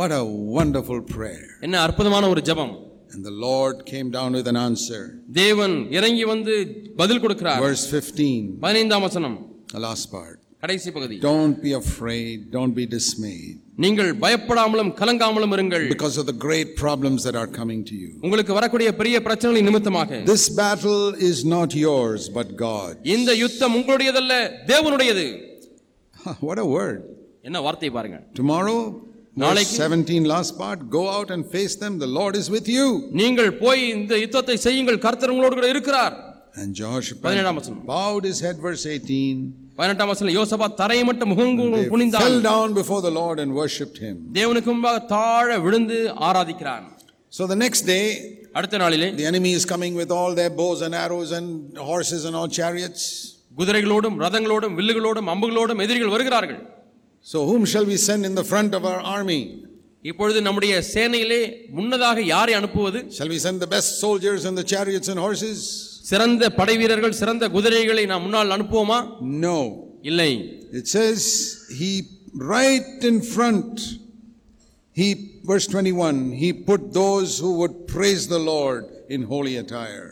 S1: What a wonderful prayer.
S2: என்ன அற்புதமான ஒரு ஜெபம்
S1: And the Lord came down with an answer.
S2: தேவன் இறங்கி வந்து பதில் கொடுக்கிறார்
S1: Verse 15,
S2: பதினைந்தாம் வசனம்
S1: the last part.
S2: கடைசி பகுதி
S1: Don't be afraid, don't be dismayed
S2: நீங்கள் பயப்படாமலும் கலங்காமலும் இருங்கள்
S1: because of the great problems that are coming to you.
S2: உங்களுக்கு வரக்கூடிய பெரிய பிரச்சனைகளின் நிமித்தமாக
S1: This battle is not yours, but God.
S2: இந்த யுத்தம் உங்களுடையதல்ல தேவனுடையது
S1: What a word.
S2: என்ன வார்த்தை பாருங்க
S1: Tomorrow, verse 17, last part, go out and face them, the Lord is with you.
S2: நீங்கள் போய் இந்த யுத்தத்தை செய்யுங்கள் கர்த்தர் உங்களோடு கூட இருக்கிறார்
S1: And Jehoshaphat
S2: பதினேழாம் வசனம்
S1: bowed his head, verse 18.
S2: பதினெட்டாம் வசனம் யோசபா தரையை மட்டும் முகங்கு
S1: They
S2: குனிந்தான்
S1: fell down before the Lord and worshipped him.
S2: தேவனுக்கு முன்பாக தாழ விழுந்து ஆராதிக்கிறான்
S1: So the next day,
S2: அடுத்த நாளிலே
S1: the enemy is coming with all their bows and arrows and horses and all chariots.
S2: குதிரைகளோடும் ரதங்களோடும் வில்லுகளோடும் அம்புகளோடும் எதிரிகள் வருகிறார்கள்
S1: So whom shall we send in the front of our army?
S2: இப்பொழுது நம்முடைய சேனையிலே முன்னதாக யாரை அனுப்புவது
S1: Shall we send the best soldiers and the chariots and horses?
S2: சிறந்த படை வீரர்கள் சிறந்த குதிரைகளை நாம் முன்னால் அனுப்புவோமா
S1: No.
S2: இல்லை
S1: It says, He right in front, He, verse 21, He put those who would praise the Lord in holy attire.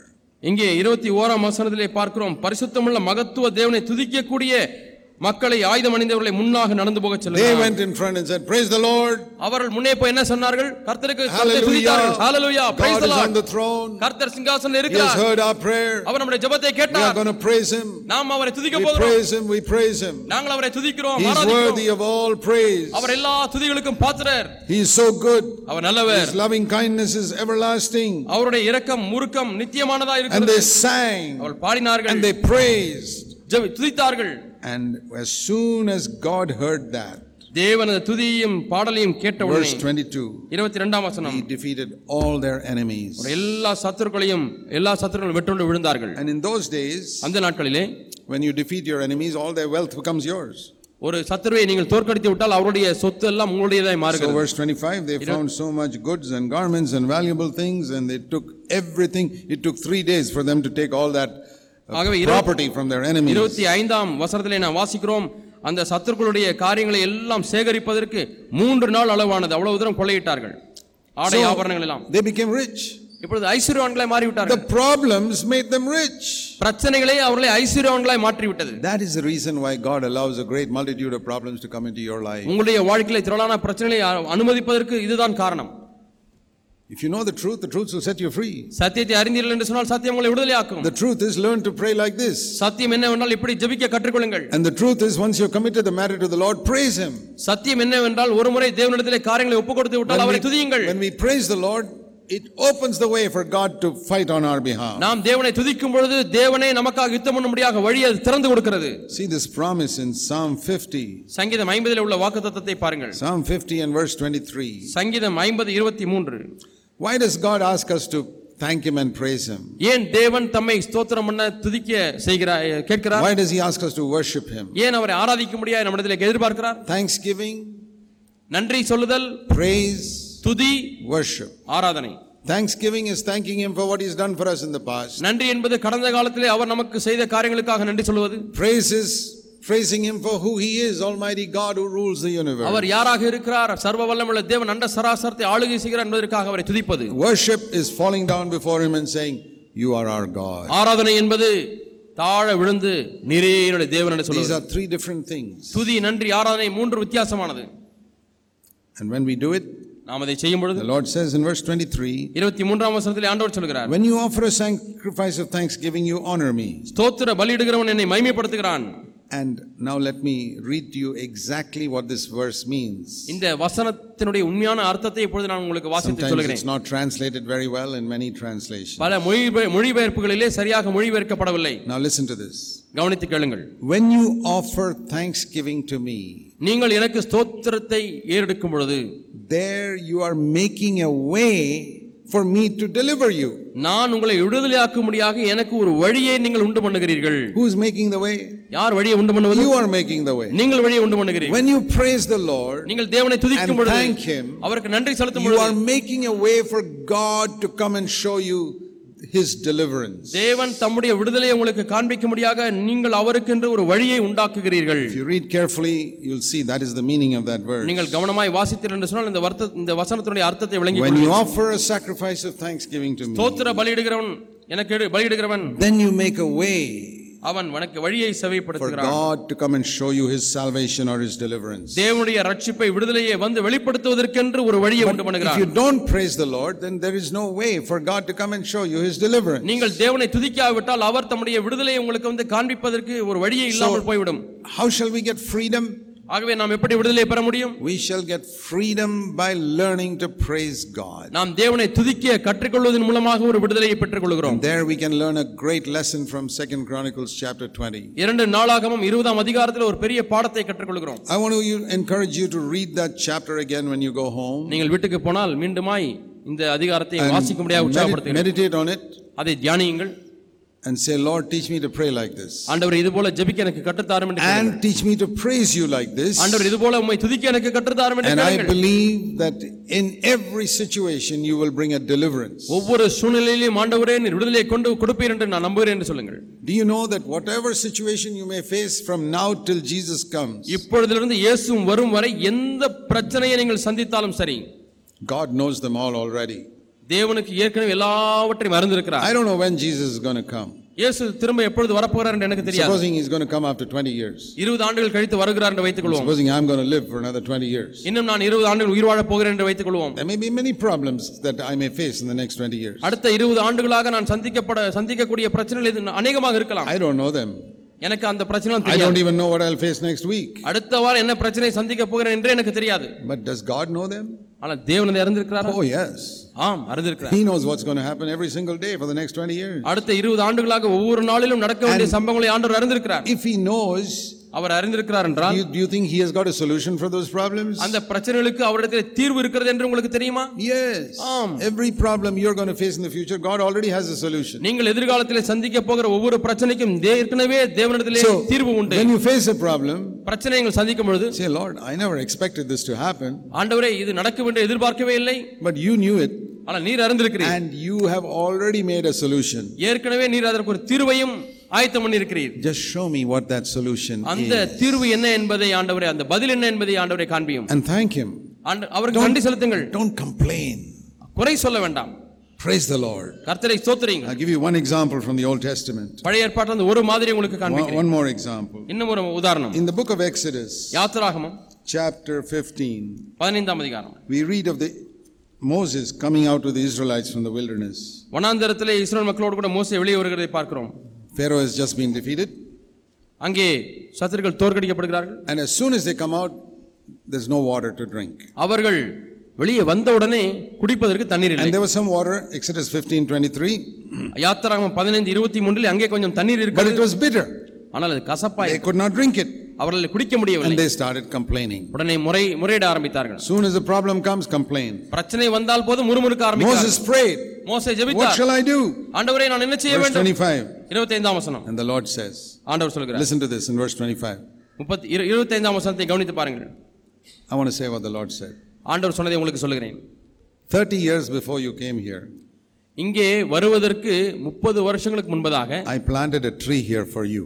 S2: இங்கே இருபத்தி ஓராம் வசனத்திலே பார்க்கிறோம் பரிசுத்தமுள்ள மகத்துவ தேவனை துதிக்கக்கூடிய மக்களை ஆயுதம் அணிந்தவர்களை முன்னாக நடந்து போகச்
S1: They
S2: சொல்லுங்கள்
S1: went in front and said, Praise the Lord.
S2: அவர்கள் முன்னே போய் என்ன சொன்னார்கள் கர்த்தருக்கு கர்த்தரை
S1: Hallelujah.
S2: துதித்தார்கள். Hallelujah. Praise
S1: God
S2: the
S1: is
S2: Lord.
S1: on the throne.
S2: கர்த்தர் சிங்காசனம்
S1: He has
S2: இருக்கிறார்
S1: heard our prayer.
S2: அவர் நம்முடைய ஜெபத்தை
S1: We are
S2: கேட்டார்
S1: going to praise Him.
S2: நாம் அவரை துதிக்க
S1: We
S2: போகிறோம்
S1: praise Him. We praise Him.
S2: நாங்கள் அவரை துதிக்கிறோம்
S1: He's
S2: ஆராதிக்கிறோம்.
S1: worthy of all praise.
S2: அவர் எல்லா துதிகளுக்கும் பாத்திரர்
S1: He is so good.
S2: அவர் நல்லவர்
S1: His loving kindness is everlasting.
S2: அவருடைய இரக்கம் முறுக்கம் நித்தியமானதா
S1: And
S2: இருக்கிறது
S1: they sang
S2: அவள் பாடினார்கள்
S1: and they praised.
S2: ஜெபி- துதித்தார்கள்
S1: And as soon as God heard that,
S2: தேவன் அந்த துதியையும் பாடலையும் கேட்ட உடனே
S1: verse 22,
S2: இருபத்தி ரெண்டாம் வசனம்
S1: He defeated all their enemies.
S2: அவர்கள் எல்லா சத்துருக்களையும் எல்லா சத்துருக்களும் வெட்டுண்டு விழுந்தார்கள்
S1: And in those days,
S2: அந்த நாட்களிலே
S1: when you defeat your enemies, all their wealth becomes yours.
S2: ஒரு சத்துருவை நீங்கள் தோற்கடித்து விட்டால் அவருடைய சொத்து எல்லாம் உங்களுடையதாய்
S1: So
S2: மாறுகிறது
S1: verse 25, they found so much goods and garments and valuable things and they took everything. It took three days for them to take all that uh,
S2: ஆகவே இருபத்தி-
S1: property from their enemies.
S2: இருபத்தி ஐந்தாம் வசனத்திலே நாம் வாசிக்கிறோம் அந்த சத்துருக்களுடைய காரியங்களை எல்லாம் சேகரிப்பதற்கு மூன்று நாள் அளவானது அவ்வளவு தூரம் கொள்ளையிட்டார்கள் ஆடை ஆபரணங்கள் எல்லாம்
S1: They became rich.
S2: இப்பொழுது ஐஸ்வர்யவான்களாய்
S1: The
S2: மாறிவிட்டார்கள்
S1: problems made them rich.
S2: பிரச்சனைகளே அவர்களை ஐஸ்வர்யவான்களாய் மாற்றிவிட்டது
S1: That is the reason why God allows a great multitude of problems to come into your life.
S2: உங்களுடைய வாழ்க்கையில திரளான பிரச்சனைகளை அ- அனுமதிப்பதற்கு இதுதான் காரணம்
S1: If you know the truth, the truth will set you free.
S2: சத்தியத்தை அறிந்தீர்கள் என்று சொன்னால் சத்தியம் உங்களை விடுதலை ஆக்கும்
S1: The truth is learn to pray like this.
S2: சத்தியம் என்னவென்றால் இப்படி ஜெபிக்க கற்றுக்கொள்ளுங்கள்
S1: And the truth is once you've committed the matter to the Lord, praise Him.
S2: சத்தியம் என்னவென்றால் ஒருமுறை தேவனிடத்திலே காரியங்களை ஒப்பு கொடுத்து விட்டால் அவரை துதியுங்கள்
S1: When we praise the Lord, it opens the way for God to fight on our behalf.
S2: நாம் தேவனை துதிக்கும் பொழுது தேவனே நமக்காக யுத்தம் பண்ணும்படியாக வழி அது திறந்து கொடுக்கிறது
S1: See this promise in Psalm 50.
S2: சங்கீதம் ஐம்பதில் உள்ள வாக்குத்தத்தத்தை பாருங்கள்
S1: Psalm 50 and verse 23.
S2: சங்கீதம் ஐம்பது இருபத்தி மூன்று
S1: Why does God ask us to thank Him and praise Him?
S2: ஏன் தேவன் தம்மை ஸ்தோத்திரம் பண்ண துதிக்க செய்கிறார் கேட்கிறார்
S1: Why does He ask us to worship Him?
S2: ஏன் அவரை ஆராதிக்க முடியாது நம்மிடத்தில் எதிர்பார்க்கிறார்
S1: Thanksgiving,
S2: நன்றி சொல்லுதல்
S1: praise,
S2: துதி
S1: worship.
S2: ஆராதனை
S1: Thanksgiving is thanking Him for what He's done for us in the past.
S2: நன்றி என்பது கடந்த காலத்திலே அவர் நமக்கு செய்த காரியங்களுக்காக நன்றி சொல்வது
S1: Praise is praising Him for who He is, Almighty God who rules the universe.
S2: அவர் யாராக இருக்கிறார் சர்வ வல்லமுள்ள தேவன் அண்ட சராசரத்தை ஆளுகை செய்கிறார் என்பதற்காக அவரை துதிப்பது
S1: Worship is falling down before Him and saying, You are our God.
S2: ஆராதனை என்பது தாழ விழுந்து நிறைய என்னுடைய தேவன் என்று
S1: These
S2: சொல்வது
S1: are three different things.
S2: துதி நன்றி ஆராதனை மூன்று வித்தியாசமானது
S1: And when we do it,
S2: நாம் அதை செய்யும் பொழுது
S1: the Lord says in verse 23,
S2: இருபத்தி மூன்றாம் வசனத்தில் ஆண்டவர் சொல்கிறார்
S1: When you offer a sacrifice of thanksgiving, you honor me.
S2: ஸ்தோத்திர பலியிடுகிறவன் என்னை மைமைப்படுத்துகிறான்
S1: And now let me read to you exactly what this verse means.
S2: இந்த வசனத்தினுடைய உண்மையான அர்த்தத்தை இப்பொழுது நான் உங்களுக்கு வாசித்து
S1: Sometimes
S2: சொல்கிறேன்
S1: it's not translated very well in many translations.
S2: பல மொழி மொழிபெயர்ப்புகளிலே சரியாக மொழிபெயர்க்கப்படவில்லை
S1: Now listen to this.
S2: கவனித்து கேளுங்கள்
S1: When you offer thanksgiving to me,
S2: நீங்கள் எனக்கு ஸ்தோத்திரத்தை ஏறெடுக்கும் பொழுது
S1: there you are making a way for me to deliver you.
S2: நான் உங்களை விடுதலையாக்கும்படியாக எனக்கு ஒரு வழியை நீங்கள் உண்டு பண்ணுகிறீர்கள்
S1: Who's making the way?
S2: யார் வழியை உண்டு பண்ணுவது
S1: You are making the way.
S2: நீங்கள் வழியை உண்டு பண்ணுகிறீர்கள்
S1: When you praise the Lord,
S2: நீங்கள் தேவனை துதிக்கும்
S1: And
S2: பொழுது
S1: thank him.
S2: அவருக்கு நன்றி செலுத்தும்
S1: you are
S2: பொழுது
S1: making a way for God to come and show you his deliverance.
S2: தேவன் தம்முடைய விடுதலையை உங்களுக்கு காண்பிக்கும்படியாக நீங்கள் அவருக்கென்று ஒரு வழியை உண்டாக்குகிறீர்கள்
S1: If you read carefully, you'll see that is the meaning of that verse.
S2: நீங்கள் கவனமாய் வாசித்தீர்கள் என்று சொன்னால் இந்த வர்த்த இந்த வசனத்தினுடைய அர்த்தத்தை விளங்கி
S1: When
S2: கொள்வீர்கள்.
S1: you offer a sacrifice of thanksgiving to me,
S2: ஸ்தோத்திர பலியிடுகிறவன் எனக்கு எடு- பலியிடுகிறவன்
S1: then you make a way
S2: அவன் உனக்கு வழியை
S1: for
S2: செவைப்படுத்துகிறான்
S1: God to come and show you his salvation or his deliverance.
S2: தேவனுடைய ரட்சிப்பை விடுதலையை வந்து வெளிப்படுத்துவதற்கென்று ஒரு வழியை உண்டு
S1: If
S2: பண்ணுகிறான்
S1: you don't praise the Lord, then there is no way for God to come and show you his deliverance.
S2: நீங்கள் தேவனை துதிக்காவிட்டால் அவர் தம்முடைய விடுதலையை உங்களுக்கு வந்து காண்பிப்பதற்கு ஒரு வழியே இல்லாமல் போய்விடும்
S1: How shall we get freedom?
S2: ஆகவே நாம் எப்படி விடுதலை பெற முடியும்
S1: We shall get freedom by learning to praise God.
S2: நாம் தேவனை துதிக்க கற்றுக்கொள்வதன் மூலமாக ஒரு விடுதலையை பெற்றுக் கொள்கிறோம்
S1: There we can learn a great lesson from Second Chronicles chapter 20.
S2: இரண்டு நாளாகமும் இருபதாம் அதிகாரத்தில் ஒரு பெரிய பாடத்தை கற்றுக்கொள்கிறோம்
S1: I want to you- encourage you to read that chapter again when you go home.
S2: நீங்கள் வீட்டுக்கு போனால் மீண்டுமாய் இந்த அதிகாரத்தை
S1: And
S2: வாசிக்க முடியாது
S1: medit-
S2: உற்சாகப்படுத்துகிறேன்
S1: meditate on it
S2: அதை தியானியுங்கள்
S1: and say, Lord, teach me to pray like this.
S2: ஆண்டவர் இது போல ஜெபிக்க எனக்கு கற்றுத்தாரும் என்று கேளுங்கள்.
S1: And teach me to praise you like this.
S2: ஆண்டவர் இது போல உம்மை துதிக்க எனக்கு கற்றுத்தாரும் என்று
S1: And I
S2: கேளுங்கள்.
S1: believe that in every situation you will bring a deliverance.
S2: ஒவ்வொரு சூழ்நிலையிலும் ஆண்டவரே நீர் விடுதலை கொண்டு கொடுப்பீர் என்று நான் நம்புகிறேன் என்று சொல்லுங்கள்
S1: Do you know that whatever situation you may face from now till Jesus comes,
S2: இப்பொழுதிலிருந்து இயேசுவும் வரும் வரை எந்த பிரச்சனையை நீங்கள் சந்தித்தாலும் சரி
S1: God knows them all already.
S2: தேவனுக்கு ஏற்கனவே எல்லாவற்றையும் அறிந்திருக்கிறார்
S1: I don't know when Jesus is going to come.
S2: இயேசு திரும்ப எப்பொழுது வரப்போகிறார் என்று எனக்கு தெரியாது
S1: Supposing he's going to come after 20 years.
S2: இருபது ஆண்டுகள் கழித்து வருகிறார் என்று வைத்துக் கொள்வோம்
S1: Supposing I'm going to live for another 20 years.
S2: இன்னும் நான் இருபது ஆண்டுகள் உயிர் வாழப் போகிறேன் என்று வைத்துக் கொள்வோம்
S1: There may be many problems that I may face in the next 20 years.
S2: அடுத்த இருபது ஆண்டுகளாக நான் சந்திக்கப்பட சந்திக்கக்கூடிய பிரச்சனைகள் இது அநேகமாக இருக்கலாம்
S1: I don't know them.
S2: எனக்கு அந்த பிரச்சனை
S1: I
S2: தெரியாது
S1: don't even know what I'll face next week.
S2: அடுத்த வாரம் என்ன பிரச்சனை சந்திக்க போகிறேன் என்று எனக்கு தெரியாது
S1: But does God know them?
S2: ஆனா தேவன் அதை அறிந்திருக்கிறாரா
S1: Oh, yes.
S2: ஆம் அறிந்திருக்கிறார்
S1: He knows what's going to happen every single day for the next 20 years.
S2: அடுத்த இருபது ஆண்டுகளாக ஒவ்வொரு நாளிலும் நடக்க வேண்டிய சம்பவங்களை ஆண்டவர் அறிந்திருக்கிறார்
S1: If He knows,
S2: அவர் அறிந்திருக்கிறார் என்றால்
S1: do you, do you think He has got a solution for those problems?
S2: அந்த பிரச்சனைகளுக்கு அவரிடத்தில் தீர்வு இருக்கிறது என்று உங்களுக்கு தெரியுமா
S1: Yes.
S2: Um.
S1: Every problem you're going to face in the future, God already has a solution.
S2: நீங்கள் எதிர்காலத்தில் சந்திக்க போகிற ஒவ்வொரு பிரச்சனைக்கும் தே- ஏற்கனவே தேவனிடத்திலே
S1: So,
S2: தீர்வு உண்டு
S1: when you face a problem,
S2: பிரச்சனை நீங்கள் சந்திக்கும் பொழுது
S1: say, Lord, I never expected this to happen,
S2: ஆண்டவரே இது நடக்கும் என்று எதிர்பார்க்கவே இல்லை
S1: but you knew it,
S2: ஆனா நீர் அறிந்திருக்கிறீர்
S1: and you have already made a solution.
S2: ஏற்கனவே நீர் அதற்கு ஒரு தீர்வையும் ஆயத்தம் பண்ணியிருக்கிறீர்
S1: Just show me what that solution
S2: அந்த
S1: is.
S2: தீர்வு என்ன என்பதை ஆண்டவரே அந்த பதில் என்ன என்பதை ஆண்டவரே காண்பியும்
S1: And thank Him.
S2: ஆண்ட- அவருக்கு நன்றி செலுத்துங்கள்
S1: Don't complain.
S2: குறை சொல்ல வேண்டாம்
S1: Praise the Lord.
S2: கர்த்தரை ஸ்தோத்திரிங்க
S1: I'll give you one example from the Old Testament.
S2: பழைய ஏற்பாட்டில் அந்த ஒரு மாதிரி உங்களுக்கு
S1: One,
S2: காண்பிக்கிறேன்
S1: one more example.
S2: இன்னும் ஒரு உதாரணம்
S1: In the book of Exodus,
S2: யாத்திராகமம்
S1: chapter 15,
S2: பதினைந்தாம் அதிகாரம்
S1: we read of the Moses coming out with the Israelites from the wilderness.
S2: வனாந்தரத்திலே இஸ்ரேல் மக்களோடு கூட மோசே வெளியே வருகிறதை பார்க்கிறோம்
S1: Pharaoh has just been defeated,
S2: அங்கே சத்துருக்கள் தோற்கடிக்கப்படுகிறார்கள்
S1: and as soon as they come out, there's no water to drink.
S2: அவர்கள் வெளியே வந்தவுடனே குடிப்பதற்கு தண்ணீர் இல்லை
S1: And there was some water, Exodus 15 23,
S2: யாத்திராகமம் பதினைந்து இருபத்தி மூன்றில் அங்கே கொஞ்சம் தண்ணீர்
S1: but
S2: இருக்கிறது
S1: it was bitter.
S2: ஆனால் அது கசப்பாய்
S1: They could not drink it,
S2: அவர்கள் குடிக்க
S1: and
S2: முடியவில்லை
S1: they started complaining.
S2: உடனே முறை முறையிட ஆரம்பித்தார்கள்
S1: Soon as the problem comes, complain.
S2: பிரச்சனை வந்தால் போது முறுமுறுக்க ஆரம்பித்தார்கள்
S1: Moses prayed,
S2: மோசே
S1: What
S2: ஜெபித்தார்
S1: shall I do?
S2: ஆண்டவரே நான் என்ன செய்ய
S1: Verse
S2: வேண்டும்
S1: 25.
S2: இருபத்தி வசனம்
S1: And the Lord says,
S2: ஆண்டவர் சொல்கிறார்
S1: Listen to this in verse 25.
S2: முப்பத்தி இரு- இருபத்தி வசனத்தை கவனித்து பாருங்கள்
S1: I want to say what the Lord said.
S2: ஆண்டவர் சொன்னதை உங்களுக்கு சொல்லுகிறேன்
S1: 30 years before you came here,
S2: இங்கே வருவதற்கு முப்பது வருஷங்களுக்கு முன்பதாக
S1: I planted a tree here for you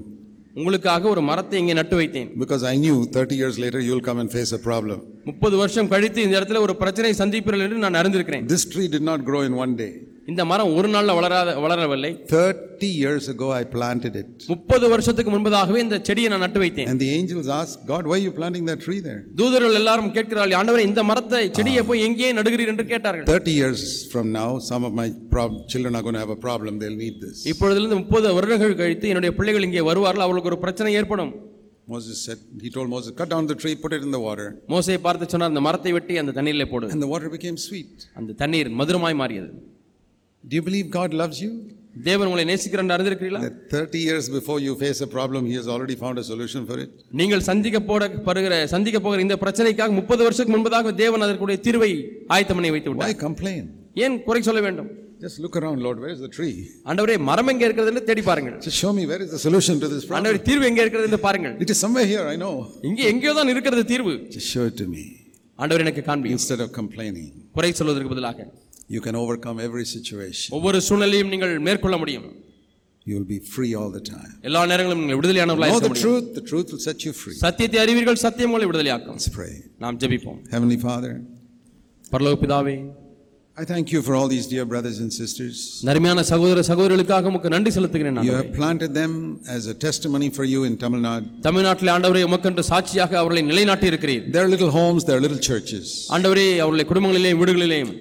S2: உங்களுக்காக ஒரு மரத்தை இங்கே நட்டு வைத்தேன்
S1: because I knew 30 years later you'll come and face a problem.
S2: முப்பது வருஷம் கழித்து இந்த இடத்துல ஒரு பிரச்சனை சந்திப்பீர்கள் என்று நான் அறிந்திருக்கிறேன்
S1: This tree did not grow in one day.
S2: இந்த மரம் ஒரு நாள்ல வளராத வளரவில்லை
S1: 30 years ago, I planted it.
S2: முப்பது வருஷத்துக்கு முன்பதாகவே இந்த செடியை நான் நட்டு வைத்தேன்
S1: And the angels asked, God, why are you planting that tree there?
S2: தூதர்கள் எல்லாரும் கேட்கிறார்கள் ஆண்டவரே இந்த மரத்தை செடியை போய் எங்கே நடுகிறீர் என்று கேட்டார்கள்
S1: 30 years from now, some of my prob- children are going to have a problem. They'll need this.
S2: இப்பொழுதிலிருந்து முப்பது வருடங்கள் கழித்து என்னுடைய பிள்ளைகள் இங்கே வருவார்கள் அவர்களுக்கு ஒரு பிரச்சனை ஏற்படும்
S1: Moses said, He told Moses, cut down the tree, put it in the water.
S2: மோசையை பார்த்து சொன்னார் அந்த மரத்தை வெட்டி அந்த தண்ணீரிலே போடு
S1: And the water became sweet.
S2: அந்த தண்ணீர் மதுரமாய் மாறியது
S1: Do you believe God loves you?
S2: தேவன் உங்களை நேசிக்கிறார் என்று அறிந்திருக்கிறீர்களா
S1: That 30 years before you face a problem, He has already found a solution for it.
S2: நீங்கள் சந்திக்க போற பருகிற சந்திக்க போகிற இந்த பிரச்சனைக்காக முப்பது வருஷத்துக்கு முன்பதாக தேவன் அதற்குடைய தீர்வை ஆயத்தம் பண்ணி வைத்து விட்டார்
S1: Why complain?
S2: ஏன் குறை சொல்ல வேண்டும்
S1: Just look around, Lord. Where is the tree?
S2: ஆண்டவரே மரம் எங்கே இருக்கிறது என்று தேடி பாருங்கள்
S1: Just show me where is the solution to this problem.
S2: ஆண்டவரே தீர்வு எங்கே இருக்கிறது என்று பாருங்கள்
S1: It is somewhere here, I know.
S2: இங்கே எங்கேயோ தான் இருக்கிறது தீர்வு
S1: Just show it to me.
S2: ஆண்டவர் எனக்கு காண்பியும்
S1: Instead of complaining,
S2: குறை சொல்வதற்கு பதிலாக
S1: you can overcome every situation.
S2: ஒவ்வொரு சூழ்நிலையும் நீங்கள் மேற்கொள்ள முடியும்
S1: You will be free all the time.
S2: எல்லா நேரங்களும் நீங்கள் விடுதலையானவர்களாக
S1: Know
S2: இருக்க
S1: the
S2: முடியும்
S1: truth, the truth will set you free.
S2: சத்தியத்தை அறிவீர்கள் சத்தியம் உங்களை விடுதலையாக்கும்
S1: Let's pray.
S2: நாம் ஜெபிப்போம்
S1: Heavenly Father,
S2: பரலோக பிதாவே
S1: I thank you for all these dear brothers and sisters.
S2: நருமையான சகோதர சகோதரிகளுக்காக உமக்கு நன்றி செலுத்துகிறேன்
S1: You
S2: நான்
S1: have planted them as a testimony for you in Tamil Nadu.
S2: தமிழ்நாட்டில் ஆண்டவரை உமக்கென்று சாட்சியாக அவர்களை நிலைநாட்டி இருக்கிறீர்
S1: Their little homes, their little churches.
S2: ஆண்டவரே அவர்களை குடும்பங்களிலேயும் வீடுகளிலேயும்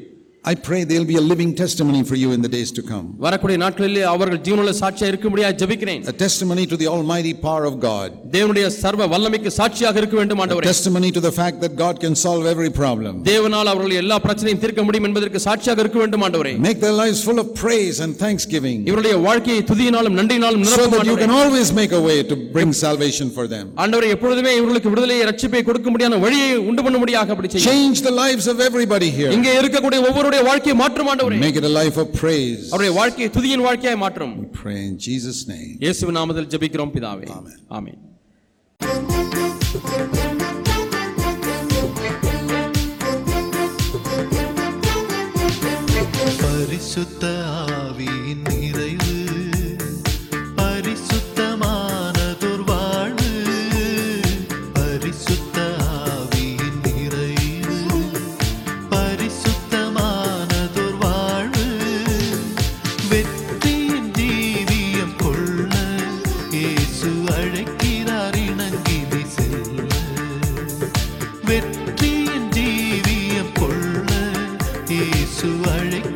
S1: I pray they'll be a living testimony for you in the days to come.
S2: வரக்கூடிய நாட்களிலே அவர்கள் ஜீவனுள்ள சாட்சியாக இருக்கும்படியாக ஜெபிக்கிறேன்
S1: A testimony to the almighty power of God.
S2: தேவனுடைய சர்வ வல்லமைக்கு சாட்சியாக இருக்க வேண்டும் ஆண்டவரே
S1: testimony to the fact that God can solve every problem.
S2: தேவனால் அவர்கள் எல்லா பிரச்சனையும் தீர்க்க முடியும் என்பதற்கு சாட்சியாக இருக்க வேண்டும் ஆண்டவரே
S1: Make their lives full of praise and thanksgiving
S2: இவருடைய வாழ்க்கையை துதியினாலும் நன்றியினாலும்
S1: so
S2: நிரப்பும்
S1: that you
S2: ஆண்டவரே.
S1: can always make a way to bring salvation for them.
S2: ஆண்டவரே எப்பொழுதுமே இவர்களுக்கு விடுதலையை ரட்சிப்பை கொடுக்க முடியாத வழியை உண்டு பண்ண முடியாக அப்படி செய்யும்
S1: Change the lives of everybody here.
S2: இங்கே இருக்கக்கூடிய ஒவ்வொருடைய அவருடைய வாழ்க்கையை மாற்றும் ஆண்டவரே
S1: Make it a life of praise.
S2: அவருடைய வாழ்க்கையை துதியின் வாழ்க்கையாய் மாற்றும்
S1: We pray in Jesus' name.
S2: இயேசுவின் நாமத்தில் ஜெபிக்கிறோம் பிதாவே ஆமென்
S3: பரிசுத்த ஆவியின் நிறைவு பரிசுத்தமானதொரு வாழ்வு பரிசுத்த ஆவியின் நிறைவு பரிசுத்தமானதொரு வாழ்வு வெற்றியின் தீவியம் கொள்ள இயேசு அழைக்கிறார் இணங்கினி செல்ல வெற்றியின் ஜீவியம் கொள்ள இயேசு அழைக்க